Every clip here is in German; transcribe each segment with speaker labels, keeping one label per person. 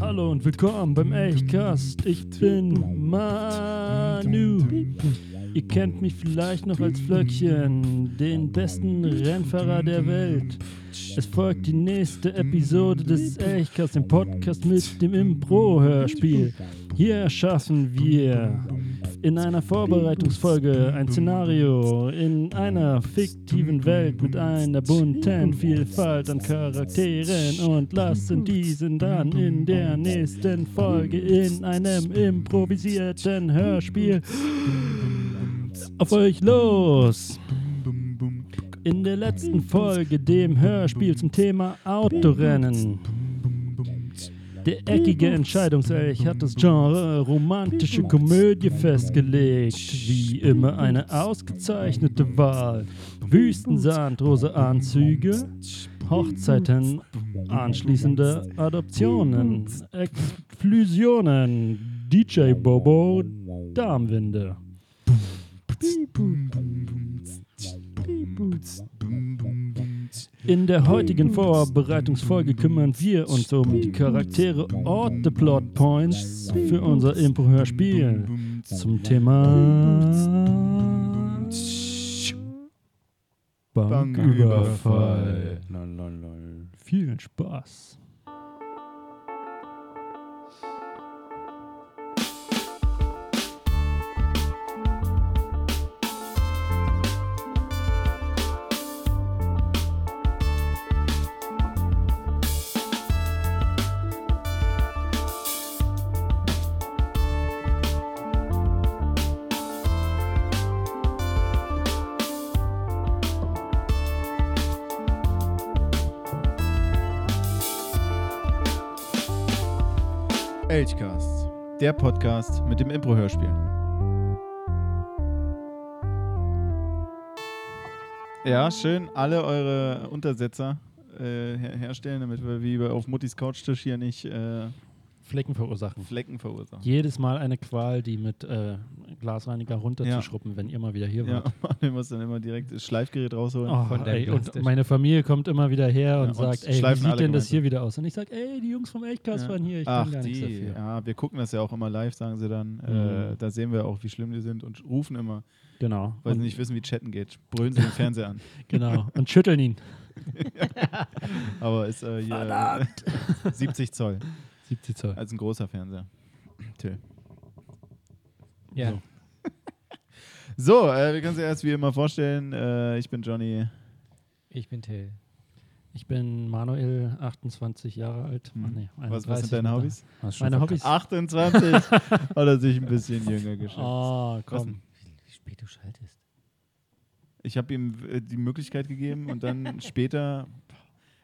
Speaker 1: Hallo und willkommen beim Elchcast. Ich bin Manu. Ihr kennt mich vielleicht noch als Flöckchen, den besten Rennfahrer der Welt. Es folgt die nächste Episode des Elchcast, dem Podcast mit dem Impro-Hörspiel. Hier erschaffen wir in einer Vorbereitungsfolge ein Szenario in einer fiktiven Welt mit einer bunten Vielfalt an Charakteren und lassen diesen dann in der nächsten Folge in einem improvisierten Hörspiel auf euch los. In der letzten Folge dem Hörspiel zum Thema Autorennen. Der eckige Entscheidungselch hat das Genre romantische Komödie festgelegt. Wie immer eine ausgezeichnete Wahl. Wüstensand, rosa Anzüge, Hochzeiten, anschließende Adoptionen, Explosionen, DJ Bobo, Darmwinde. In der heutigen Vorbereitungsfolge kümmern wir uns um die Charaktere Orte Plot Points für unser Impro-Hörspiel zum Thema Banküberfall. Viel Spaß.
Speaker 2: Elchcast, der Podcast mit dem Impro-Hörspiel. Ja, schön alle eure Untersetzer äh, her herstellen, damit wir wie bei- auf Muttis Couchtisch hier nicht äh,
Speaker 3: Flecken verursachen.
Speaker 2: Flecken verursachen.
Speaker 3: Jedes Mal eine Qual, die mit äh, Glasreiniger runterzuschruppen, wenn ihr mal wieder hier
Speaker 2: Ja,
Speaker 3: wart.
Speaker 2: man muss dann immer direkt das Schleifgerät rausholen.
Speaker 3: Oh,
Speaker 4: Von der
Speaker 3: ey, und
Speaker 4: Plastik.
Speaker 3: meine Familie kommt immer wieder her und
Speaker 2: und
Speaker 3: sagt, ey, wie
Speaker 2: schleifen
Speaker 3: sieht
Speaker 2: alle
Speaker 3: denn das
Speaker 2: gemeinsam.
Speaker 3: hier wieder aus? Und ich sage, ey, die Jungs vom Elchcast
Speaker 2: Ja.
Speaker 3: waren hier, ich
Speaker 2: Ach,
Speaker 3: kann gar nichts
Speaker 2: die.
Speaker 3: dafür.
Speaker 2: Ja, wir gucken das ja auch immer live, sagen sie dann. Äh,
Speaker 3: Mhm.
Speaker 2: da sehen wir auch, wie schlimm die sind und rufen immer,
Speaker 3: Genau.
Speaker 2: weil sie
Speaker 3: Und-
Speaker 2: nicht wissen, wie Chatten geht. Brüllen sie den Fernseher an.
Speaker 3: genau. Und schütteln ihn.
Speaker 2: Aber ist äh, hier 70 Zoll.
Speaker 3: 70 Zoll.
Speaker 2: Also ein großer Fernseher. Till.
Speaker 4: Ja.
Speaker 3: So.
Speaker 2: So, äh, wir können uns erst wie immer vorstellen. Äh, ich bin Johnny.
Speaker 4: Ich bin Till.
Speaker 3: Ich bin Manuel, 28 Jahre alt.
Speaker 2: Hm.
Speaker 3: Ach nee,
Speaker 2: Was,
Speaker 3: 31
Speaker 2: was sind deine
Speaker 3: mit-
Speaker 2: Hobbys?
Speaker 3: Meine Hobbys.
Speaker 2: 28. Hat er sich ein bisschen jünger geschafft.
Speaker 3: Oh,
Speaker 2: Was
Speaker 3: komm.
Speaker 2: denn?
Speaker 4: Wie spät du schaltest.
Speaker 2: Ich habe ihm äh, die Möglichkeit gegeben und dann später.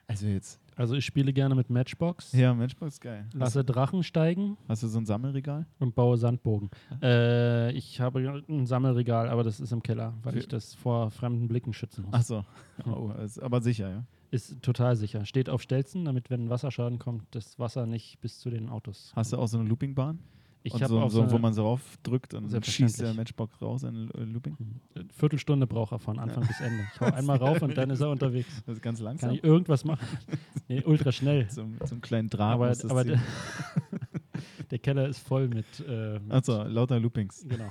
Speaker 2: Also jetzt.
Speaker 3: Also ich spiele gerne mit Matchbox,
Speaker 2: Ja, Matchbox ist geil. Hast,
Speaker 3: lasse Drachen steigen
Speaker 2: hast du so ein Sammelregal?
Speaker 3: und baue Sandbogen. Äh, ich habe ein Sammelregal, aber das ist im Keller, weil
Speaker 2: Für-
Speaker 3: ich das vor fremden Blicken schützen muss.
Speaker 2: Achso. Oh, ist aber sicher, ja.
Speaker 3: Ist total sicher. Steht auf Stelzen, damit, wenn Wasserschaden kommt, das Wasser nicht bis zu den Autos.
Speaker 2: Hast du auch so eine Loopingbahn?
Speaker 3: Ich
Speaker 2: Und
Speaker 3: habe
Speaker 2: so,
Speaker 3: auch
Speaker 2: so,
Speaker 3: so,
Speaker 2: wo
Speaker 3: eine
Speaker 2: man so raufdrückt und dann schießt der
Speaker 3: Selbstverständlich. Hm.
Speaker 2: Matchbox raus in äh, Looping.
Speaker 3: Viertelstunde brauche von Anfang bis Ende. Ich hau einmal rauf und dann ist er unterwegs.
Speaker 2: Das ist ganz langsam.
Speaker 3: Kann ich irgendwas machen? Nee, ultra schnell.
Speaker 2: zum, zum kleinen Draht.
Speaker 3: aber
Speaker 2: muss das
Speaker 3: aber
Speaker 2: ziehen.
Speaker 3: der, der Keller ist voll mit. Äh, mit
Speaker 2: Achso, lauter Loopings.
Speaker 3: Genau.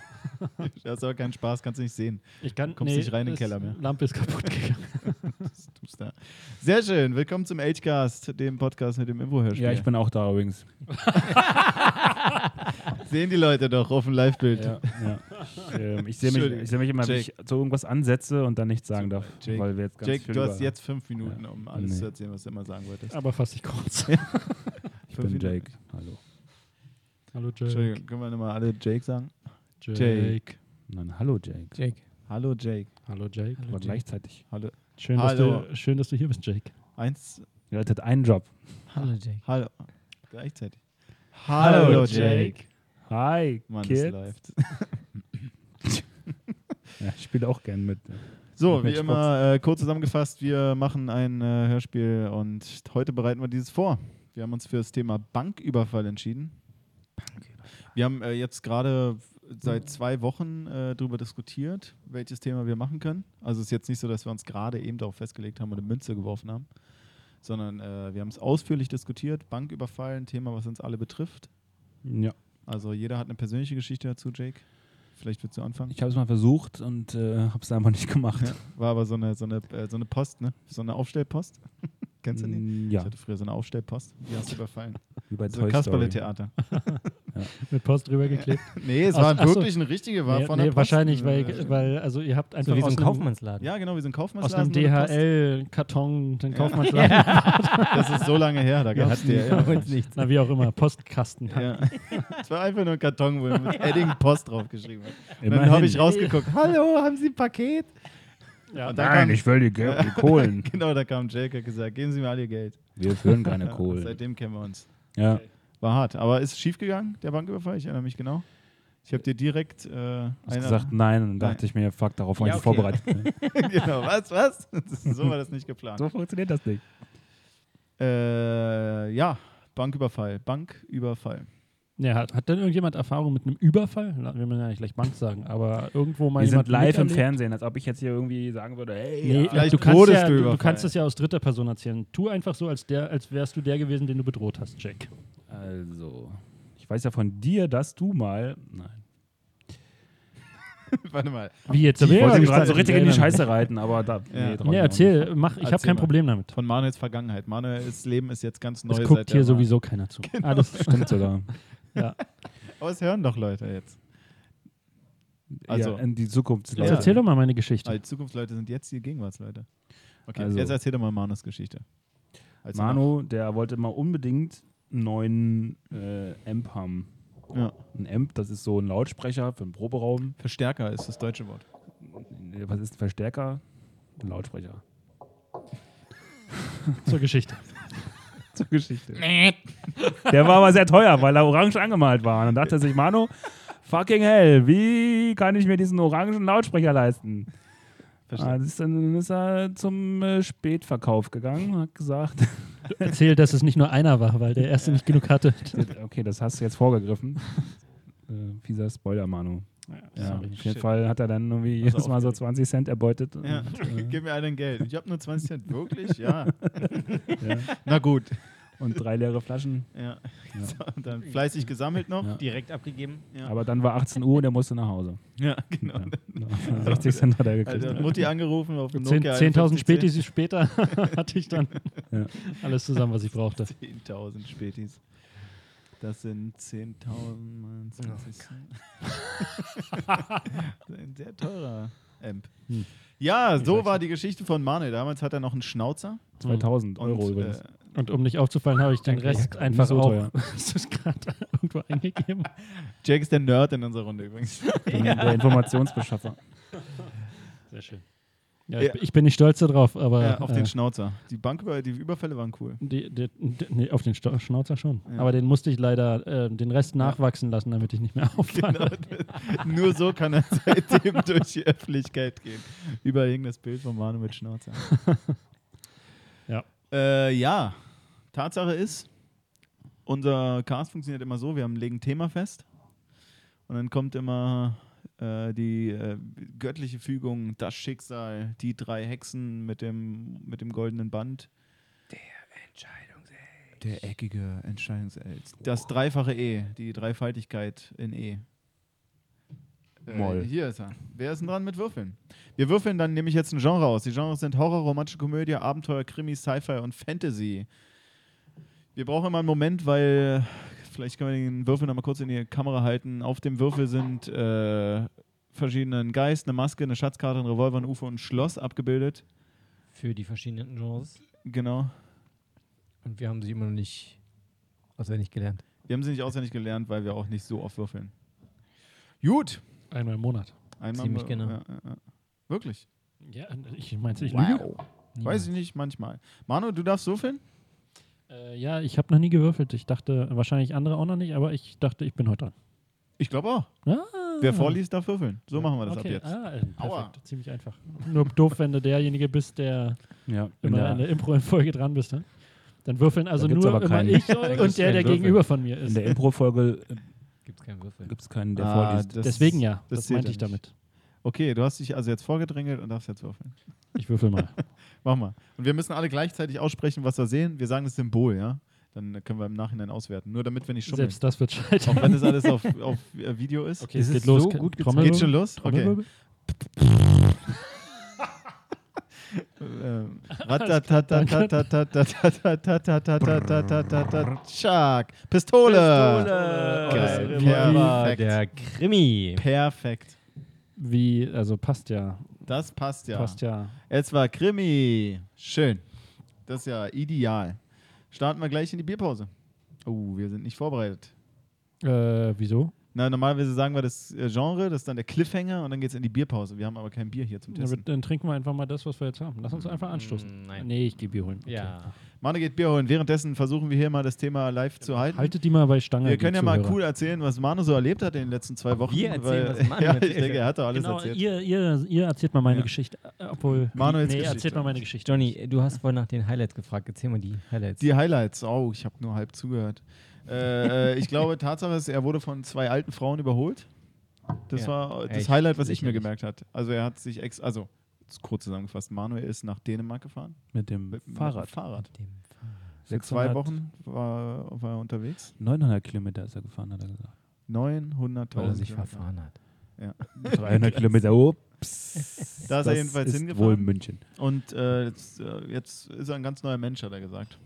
Speaker 2: Das ist aber kein Spaß, kannst du nicht sehen.
Speaker 3: Ich kann,
Speaker 2: Kommst
Speaker 3: nee,
Speaker 2: nicht rein in den
Speaker 3: das
Speaker 2: Keller mehr.
Speaker 3: Lampe ist kaputt gegangen.
Speaker 2: Tust da. Sehr schön, willkommen zum Agecast, dem Podcast mit dem Impro-Hörspiel.
Speaker 5: Ja, ich bin auch da übrigens.
Speaker 2: Sehen die Leute doch auf dem Live-Bild.
Speaker 5: Ja, ja. ähm, ich sehe mich,
Speaker 2: Entschuldigung.
Speaker 5: ich seh mich immer, wenn ich
Speaker 2: Jake.
Speaker 5: zu irgendwas ansetze und dann nichts sagen
Speaker 2: Super,
Speaker 5: darf.
Speaker 2: Jake.
Speaker 5: Weil wir jetzt ganz
Speaker 2: Jake,
Speaker 5: viel
Speaker 2: du hast
Speaker 5: über-
Speaker 2: jetzt fünf Minuten,
Speaker 5: Ja.
Speaker 2: um alles
Speaker 5: Nee.
Speaker 2: zu erzählen, was du immer sagen wolltest.
Speaker 3: Aber fast nicht kurz.
Speaker 5: Ich
Speaker 2: fünf
Speaker 5: bin
Speaker 2: Minuten.
Speaker 5: Jake. Hallo.
Speaker 3: Hallo Jake.
Speaker 2: Entschuldigung, können wir nochmal alle Jake sagen? Jake.
Speaker 5: Nein, hallo Jake.
Speaker 4: Jake.
Speaker 2: Hallo Jake.
Speaker 3: Hallo Jake.
Speaker 5: Aber gleichzeitig.
Speaker 2: Hallo.
Speaker 3: Schön dass,
Speaker 2: Hallo.
Speaker 3: du, schön, dass du hier bist, Jake.
Speaker 2: Eins,
Speaker 5: Ihr hattet einen Job.
Speaker 4: Hallo Jake.
Speaker 2: hallo. Gleichzeitig.
Speaker 5: Hallo, Jake. Hi,
Speaker 2: Mann, das
Speaker 5: Kid.
Speaker 2: läuft.
Speaker 5: Ja, ich spiele auch gern mit.
Speaker 2: So,
Speaker 5: Macht
Speaker 2: wie
Speaker 5: mir
Speaker 2: immer, äh, kurz zusammengefasst, wir machen ein äh, Hörspiel und heute bereiten wir dieses vor. Wir haben uns für das Thema Banküberfall entschieden. Wir haben äh, jetzt gerade seit zwei Wochen äh, darüber diskutiert, welches Thema wir machen können. Also es ist jetzt nicht so, dass wir uns gerade eben darauf festgelegt haben und eine Münze geworfen haben, sondern äh, wir haben es ausführlich diskutiert. Banküberfall, ein Thema, was uns alle betrifft.
Speaker 1: Ja.
Speaker 2: Also jeder hat eine persönliche Geschichte dazu, Jake. Vielleicht willst du anfangen.
Speaker 1: Ich habe es mal versucht und äh, habe es einfach nicht gemacht.
Speaker 2: Ja, war aber so eine, so eine, äh, so eine Post, ne? So eine Aufstellpost. Kennst du die?
Speaker 1: Mm,
Speaker 2: Ich
Speaker 1: Ja,
Speaker 2: hatte früher so eine Aufstellpost. Die hast du überfallen.
Speaker 1: wie bei
Speaker 2: So
Speaker 1: Toy Story.
Speaker 2: Kasperle-Theater.
Speaker 3: Mit Post drüber geklebt.
Speaker 2: Nee, es
Speaker 3: Ach-
Speaker 2: war
Speaker 3: ach so.
Speaker 2: wirklich eine richtige, war
Speaker 3: Nee,
Speaker 2: von der
Speaker 3: nee,
Speaker 2: Post.
Speaker 3: wahrscheinlich,
Speaker 2: Äh,
Speaker 3: weil, weil, also ihr habt einfach
Speaker 6: So wie so
Speaker 3: aus
Speaker 6: ein
Speaker 3: einem,
Speaker 6: Kaufmannsladen.
Speaker 2: Ja, genau, wie so ein
Speaker 3: aus
Speaker 2: Kaufmannsladen.
Speaker 3: einem
Speaker 2: so eine Post.
Speaker 3: DHL-Karton einen
Speaker 2: Ja.
Speaker 3: Kaufmannsladen.
Speaker 2: Das ist so lange her, da gab es die. Ja.
Speaker 6: nichts.
Speaker 3: Na, wie auch immer, Postkasten.
Speaker 2: Ja. Es war einfach nur ein Karton, wo mit Edding Post draufgeschrieben hat. Und
Speaker 1: Immerhin.
Speaker 2: Dann habe ich rausgeguckt. Hallo, haben Sie ein Paket?
Speaker 3: Ja.
Speaker 2: Und da
Speaker 1: Nein,
Speaker 2: kam,
Speaker 1: ich will die, Ge- die Kohlen.
Speaker 2: genau, da kam Jake hat gesagt, geben Sie mir all Ihr Geld.
Speaker 1: Wir führen keine
Speaker 2: Ja,
Speaker 1: Kohlen.
Speaker 2: Seitdem kennen wir uns.
Speaker 1: Ja.
Speaker 2: War hart, aber ist schief gegangen, der Banküberfall, ich erinnere mich genau. Ich habe dir direkt äh, einer
Speaker 1: Hast gesagt ne? nein und dann dachte
Speaker 2: Nein.
Speaker 1: ich mir, fuck, darauf war
Speaker 6: Ja,
Speaker 1: ich nicht
Speaker 6: okay.
Speaker 1: vorbereitet.
Speaker 2: genau, was, was? so war das nicht geplant.
Speaker 1: so funktioniert das nicht.
Speaker 2: Äh, ja, Banküberfall, Banküberfall.
Speaker 3: Ja, hat, hat denn irgendjemand Erfahrung mit einem Überfall? Na, Wir müssen ja nicht gleich Bank sagen, aber irgendwo mal
Speaker 1: Wir sind
Speaker 3: jemand
Speaker 1: live im
Speaker 3: miterlebt?
Speaker 1: Fernsehen, als ob ich jetzt hier irgendwie sagen würde, hey,
Speaker 3: Nee,
Speaker 1: ja.
Speaker 2: vielleicht
Speaker 3: du, kannst
Speaker 2: wurdest
Speaker 3: ja,
Speaker 2: du
Speaker 3: du, du
Speaker 2: überfallen.
Speaker 3: kannst es ja aus dritter Person erzählen. Tu einfach so, als, der, als wärst du der gewesen, den du bedroht hast, Jack.
Speaker 1: Also, ich weiß ja von dir, dass du mal. Nein.
Speaker 2: Warte mal.
Speaker 3: Wie jetzt?
Speaker 1: Ich
Speaker 3: Ja,
Speaker 1: wollte
Speaker 3: ich
Speaker 1: gerade so
Speaker 3: kann-
Speaker 1: richtig in die
Speaker 3: erinnern.
Speaker 1: Scheiße reiten, aber da.
Speaker 2: Ja.
Speaker 1: Nee, drauf
Speaker 3: Nee,
Speaker 1: hab ich auch
Speaker 3: erzähl, mach, ich habe
Speaker 2: Erzähl
Speaker 3: kein
Speaker 2: mal.
Speaker 3: Problem damit.
Speaker 2: Von Manuels Vergangenheit. Manuels Leben ist jetzt ganz neu.
Speaker 3: Es
Speaker 2: seit
Speaker 3: guckt
Speaker 2: der
Speaker 3: hier
Speaker 2: Wahl.
Speaker 3: sowieso keiner zu. Ah, Alles
Speaker 1: nicht. Stimmt sogar.
Speaker 2: Aber es hören doch Leute jetzt. Also-
Speaker 1: Also, ja, in die Zukunft.
Speaker 2: Ja. Halt,
Speaker 3: Jetzt erzähl doch mal meine Geschichte.
Speaker 2: Als Zukunftsleute sind jetzt die Gegenwartsleute. Okay,
Speaker 1: Also-
Speaker 2: jetzt erzähl doch mal Manus Geschichte. Als
Speaker 1: Manu, der wollte immer unbedingt einen neuen äh, Amp haben.
Speaker 2: Ja.
Speaker 1: Ein Amp, das ist so ein Lautsprecher für einen Proberaum.
Speaker 2: Verstärker ist das deutsche Wort.
Speaker 1: Was ist ein Verstärker? Ein Lautsprecher.
Speaker 3: Zur Geschichte.
Speaker 1: Zur Geschichte. Der war aber sehr teuer, weil er orange angemalt war. Und dann dachte sich, Manu, fucking hell, wie kann ich mir diesen orangen Lautsprecher leisten?
Speaker 2: Verstärker.
Speaker 1: Ah, das ist, dann ist er zum äh, Spätverkauf gegangen und hat gesagt,
Speaker 3: Erzähl, dass es nicht nur einer war, weil der erste nicht genug hatte.
Speaker 1: Äh, okay, das hast du jetzt vorgegriffen. äh, fieser Spoiler, Manu. Ja,
Speaker 2: Sorry,
Speaker 1: auf jeden
Speaker 2: shit.
Speaker 1: Fall hat er dann irgendwie
Speaker 2: Also
Speaker 1: jedes Mal so
Speaker 2: aufgeregt.
Speaker 1: 20 Cent erbeutet. und,
Speaker 2: Ja.
Speaker 1: äh,
Speaker 2: Gib mir einen Geld. Ich habe nur 20 Cent. Wirklich? Ja.
Speaker 1: ja.
Speaker 2: Na gut.
Speaker 1: und drei leere Flaschen.
Speaker 2: Ja. So, und dann fleißig gesammelt noch.
Speaker 1: Ja.
Speaker 6: Direkt abgegeben.
Speaker 2: Ja.
Speaker 1: Aber dann war 18 Uhr und er musste nach Hause.
Speaker 2: Ja, genau.
Speaker 1: Ja. 60 Cent hat er gekriegt.
Speaker 2: Also, Mutti angerufen auf dem
Speaker 3: Zehn-
Speaker 2: Nokia.
Speaker 3: 10.000
Speaker 2: 5110.
Speaker 3: Spätis später hatte ich dann
Speaker 1: Ja.
Speaker 3: alles zusammen, was ich brauchte.
Speaker 2: 10.000 Spätis. Das sind 10.000 mal 20 Cent. Ein sehr teurer Amp.
Speaker 3: Hm.
Speaker 2: Ja, so
Speaker 3: weiß
Speaker 2: war die Geschichte von Manuel. Damals hat er noch einen Schnauzer.
Speaker 1: 2000
Speaker 2: Und,
Speaker 1: Euro übrigens.
Speaker 2: Äh,
Speaker 3: Und um nicht aufzufallen, habe ich den
Speaker 6: Danke.
Speaker 3: Rest
Speaker 1: Ja,
Speaker 3: einfach
Speaker 1: so
Speaker 3: auch.
Speaker 1: teuer.
Speaker 3: Hast du es gerade irgendwo eingegeben?
Speaker 2: Jake ist der Nerd in unserer Runde übrigens.
Speaker 1: Der Informationsbeschaffer.
Speaker 3: Sehr schön. Ja,
Speaker 2: Ja.
Speaker 3: Ich, bin- ich bin nicht stolz darauf, aber.
Speaker 2: ja, auf
Speaker 3: äh,
Speaker 2: den Schnauzer. Die, Banküber die Überfälle waren cool.
Speaker 3: die, die, die, nee, auf den Sto- Schnauzer schon.
Speaker 2: Ja.
Speaker 3: Aber den musste ich leider äh, den Rest nachwachsen lassen, damit ich nicht mehr auffalle.
Speaker 2: Genau. Nur so kann er seitdem durch die Öffentlichkeit gehen. Überall hing das Bild von Manu mit Schnauzer.
Speaker 3: Ja.
Speaker 2: Äh, ja, Tatsache ist, unser Cast funktioniert immer so: wir haben legen ein Thema fest und dann kommt immer äh, die äh, göttliche Fügung, das Schicksal, die drei Hexen mit dem, mit dem goldenen Band. Der eckige Entscheidungselz. Das dreifache E, die Dreifaltigkeit in E. Äh,
Speaker 1: Moll.
Speaker 2: Hier ist er. Wer ist denn dran mit Würfeln? Wir würfeln dann nämlich jetzt ein Genre aus. Die Genres sind Horror, romantische Komödie, Abenteuer, Krimi, Sci-Fi und Fantasy. Wir brauchen immer einen Moment, weil vielleicht können wir den Würfel nochmal kurz in die Kamera halten. Auf dem Würfel sind äh, verschiedene ein Geist, eine Maske, eine Schatzkarte, ein Revolver, ein UFO und ein Schloss abgebildet.
Speaker 6: Für die verschiedenen Genres.
Speaker 2: Genau.
Speaker 6: Und wir haben sie immer noch nicht auswendig gelernt.
Speaker 2: Wir haben sie nicht auswendig gelernt, weil wir auch nicht so oft würfeln. Gut.
Speaker 3: Einmal im Monat.
Speaker 2: Einmal
Speaker 6: Ziemlich
Speaker 2: mal-
Speaker 6: genau.
Speaker 2: ja, ja, ja. Wirklich?
Speaker 3: Ja, ich meinst, ich lüge?
Speaker 6: Wow.
Speaker 2: Weiß ich nicht, manchmal. Manu, du darfst würfeln?
Speaker 3: Äh, ja, ich habe noch nie gewürfelt. Ich dachte, wahrscheinlich andere auch noch nicht, aber ich dachte, ich bin heute dran.
Speaker 2: Ich glaube auch.
Speaker 3: Ah.
Speaker 2: Wer vorliest, darf würfeln. So machen wir das
Speaker 3: okay.
Speaker 2: ab jetzt.
Speaker 3: Ah, äh, perfekt.
Speaker 2: Aua.
Speaker 3: Ziemlich einfach. Nur doof, wenn du derjenige bist, der
Speaker 1: Ja,
Speaker 3: immer in der Impro-Folge dran bist. Ne? Dann würfeln also
Speaker 1: gibt's
Speaker 3: nur
Speaker 1: aber
Speaker 3: immer
Speaker 1: keinen.
Speaker 3: ich
Speaker 1: Da gibt's
Speaker 3: und der,
Speaker 1: keinen Würfel.
Speaker 3: der gegenüber von mir
Speaker 1: in
Speaker 3: ist.
Speaker 1: der Impro-Folge äh,
Speaker 6: Gibt's keinen Würfel.
Speaker 1: Gibt es keinen, der
Speaker 2: Ah,
Speaker 1: vorliest.
Speaker 2: das-
Speaker 3: Deswegen ja,
Speaker 2: das
Speaker 3: das,
Speaker 2: zählt
Speaker 3: meinte
Speaker 2: ja
Speaker 3: ich
Speaker 2: nicht.
Speaker 3: damit.
Speaker 2: Okay, du hast dich also jetzt vorgedrängelt und darfst jetzt würfeln.
Speaker 3: Ich würfel mal.
Speaker 2: Mach mal. Und wir müssen alle gleichzeitig aussprechen, was wir sehen. Wir sagen das Symbol, ja? Dann können wir im Nachhinein auswerten. Nur damit wir nicht schummeln.
Speaker 3: Selbst das wird scheitern.
Speaker 2: Auch wenn das alles auf, auf äh, Video ist.
Speaker 3: Okay,
Speaker 6: Es
Speaker 3: es
Speaker 6: ist
Speaker 3: geht los.
Speaker 6: so
Speaker 3: Ke-
Speaker 6: gut
Speaker 3: Trommel-
Speaker 2: Geht schon los? Okay.
Speaker 3: Trommelwirbel?
Speaker 2: Ähm, ratatatatatatatatatatatatatatatatatatatat- Shark. Pistole. Geil.
Speaker 6: Wie war
Speaker 2: Perfekt.
Speaker 6: der Krimi?
Speaker 2: Perfekt.
Speaker 3: Wie, also passt ja.
Speaker 2: Das passt ja.
Speaker 3: Passt ja.
Speaker 2: Es war Krimi. Schön. Das ist ja ideal. Starten wir gleich in die Bierpause. Oh, wir sind nicht vorbereitet.
Speaker 3: Äh, wieso?
Speaker 2: Na, normalerweise sagen wir das äh, Genre, das ist dann der Cliffhanger und dann geht's in die Bierpause. Wir haben aber kein Bier hier zum
Speaker 3: Ja,
Speaker 2: Testen.
Speaker 3: dann trinken wir einfach mal das, was wir jetzt haben. Lass uns einfach anstoßen.
Speaker 6: Mm, nein.
Speaker 3: Nee, ich gehe Bier holen. Okay.
Speaker 6: Ja.
Speaker 2: Mane geht Bier holen. Währenddessen versuchen wir hier mal das Thema live zu halten.
Speaker 3: Genau. Haltet die mal bei Stange. die
Speaker 2: wir können ja mal
Speaker 3: Zuhörer.
Speaker 2: cool erzählen, was Manu so erlebt hat in den letzten zwei Wochen.
Speaker 6: Wir erzählen,
Speaker 2: weil,
Speaker 6: was Manu
Speaker 2: Ja, ich
Speaker 6: erzählt
Speaker 2: denke, er hat doch alles
Speaker 3: Genau,
Speaker 2: erzählt.
Speaker 3: ihr, ihr, ihr erzählt mal meine
Speaker 2: Ja.
Speaker 3: Geschichte. Äh, Obwohl,
Speaker 2: Manuels
Speaker 3: nee,
Speaker 2: Geschichte.
Speaker 3: erzählt mal meine Geschichte.
Speaker 6: Johnny, du hast vorhin nach den Highlights gefragt. Erzähl mal die Highlights.
Speaker 2: Die Highlights. Oh, ich habe nur halb zugehört. Äh, äh, ich glaube, Tatsache ist, er wurde von zwei alten Frauen überholt. Das
Speaker 6: Ja,
Speaker 2: war das
Speaker 6: echt
Speaker 2: Highlight, was ich mir
Speaker 6: lächerlich.
Speaker 2: gemerkt hat. Also er hat sich ex, also jetzt kurz zusammengefasst, Manuel ist nach Dänemark gefahren
Speaker 1: Mit dem
Speaker 2: mit,
Speaker 1: Fahrrad.
Speaker 2: Mit dem Fahrrad.
Speaker 6: Mit dem
Speaker 2: In
Speaker 1: 600
Speaker 2: zwei Wochen war, war er unterwegs.
Speaker 1: 900 Kilometer ist er gefahren, hat er gesagt.
Speaker 2: 900.000
Speaker 6: Weil er sich
Speaker 2: Kilometer.
Speaker 6: verfahren hat.
Speaker 1: 300 Kilometer, ups.
Speaker 2: Da ist er jedenfalls
Speaker 1: ist
Speaker 2: hingefahren.
Speaker 1: wohl München.
Speaker 2: Und äh, jetzt, äh, jetzt ist er ein ganz neuer Mensch, hat er gesagt.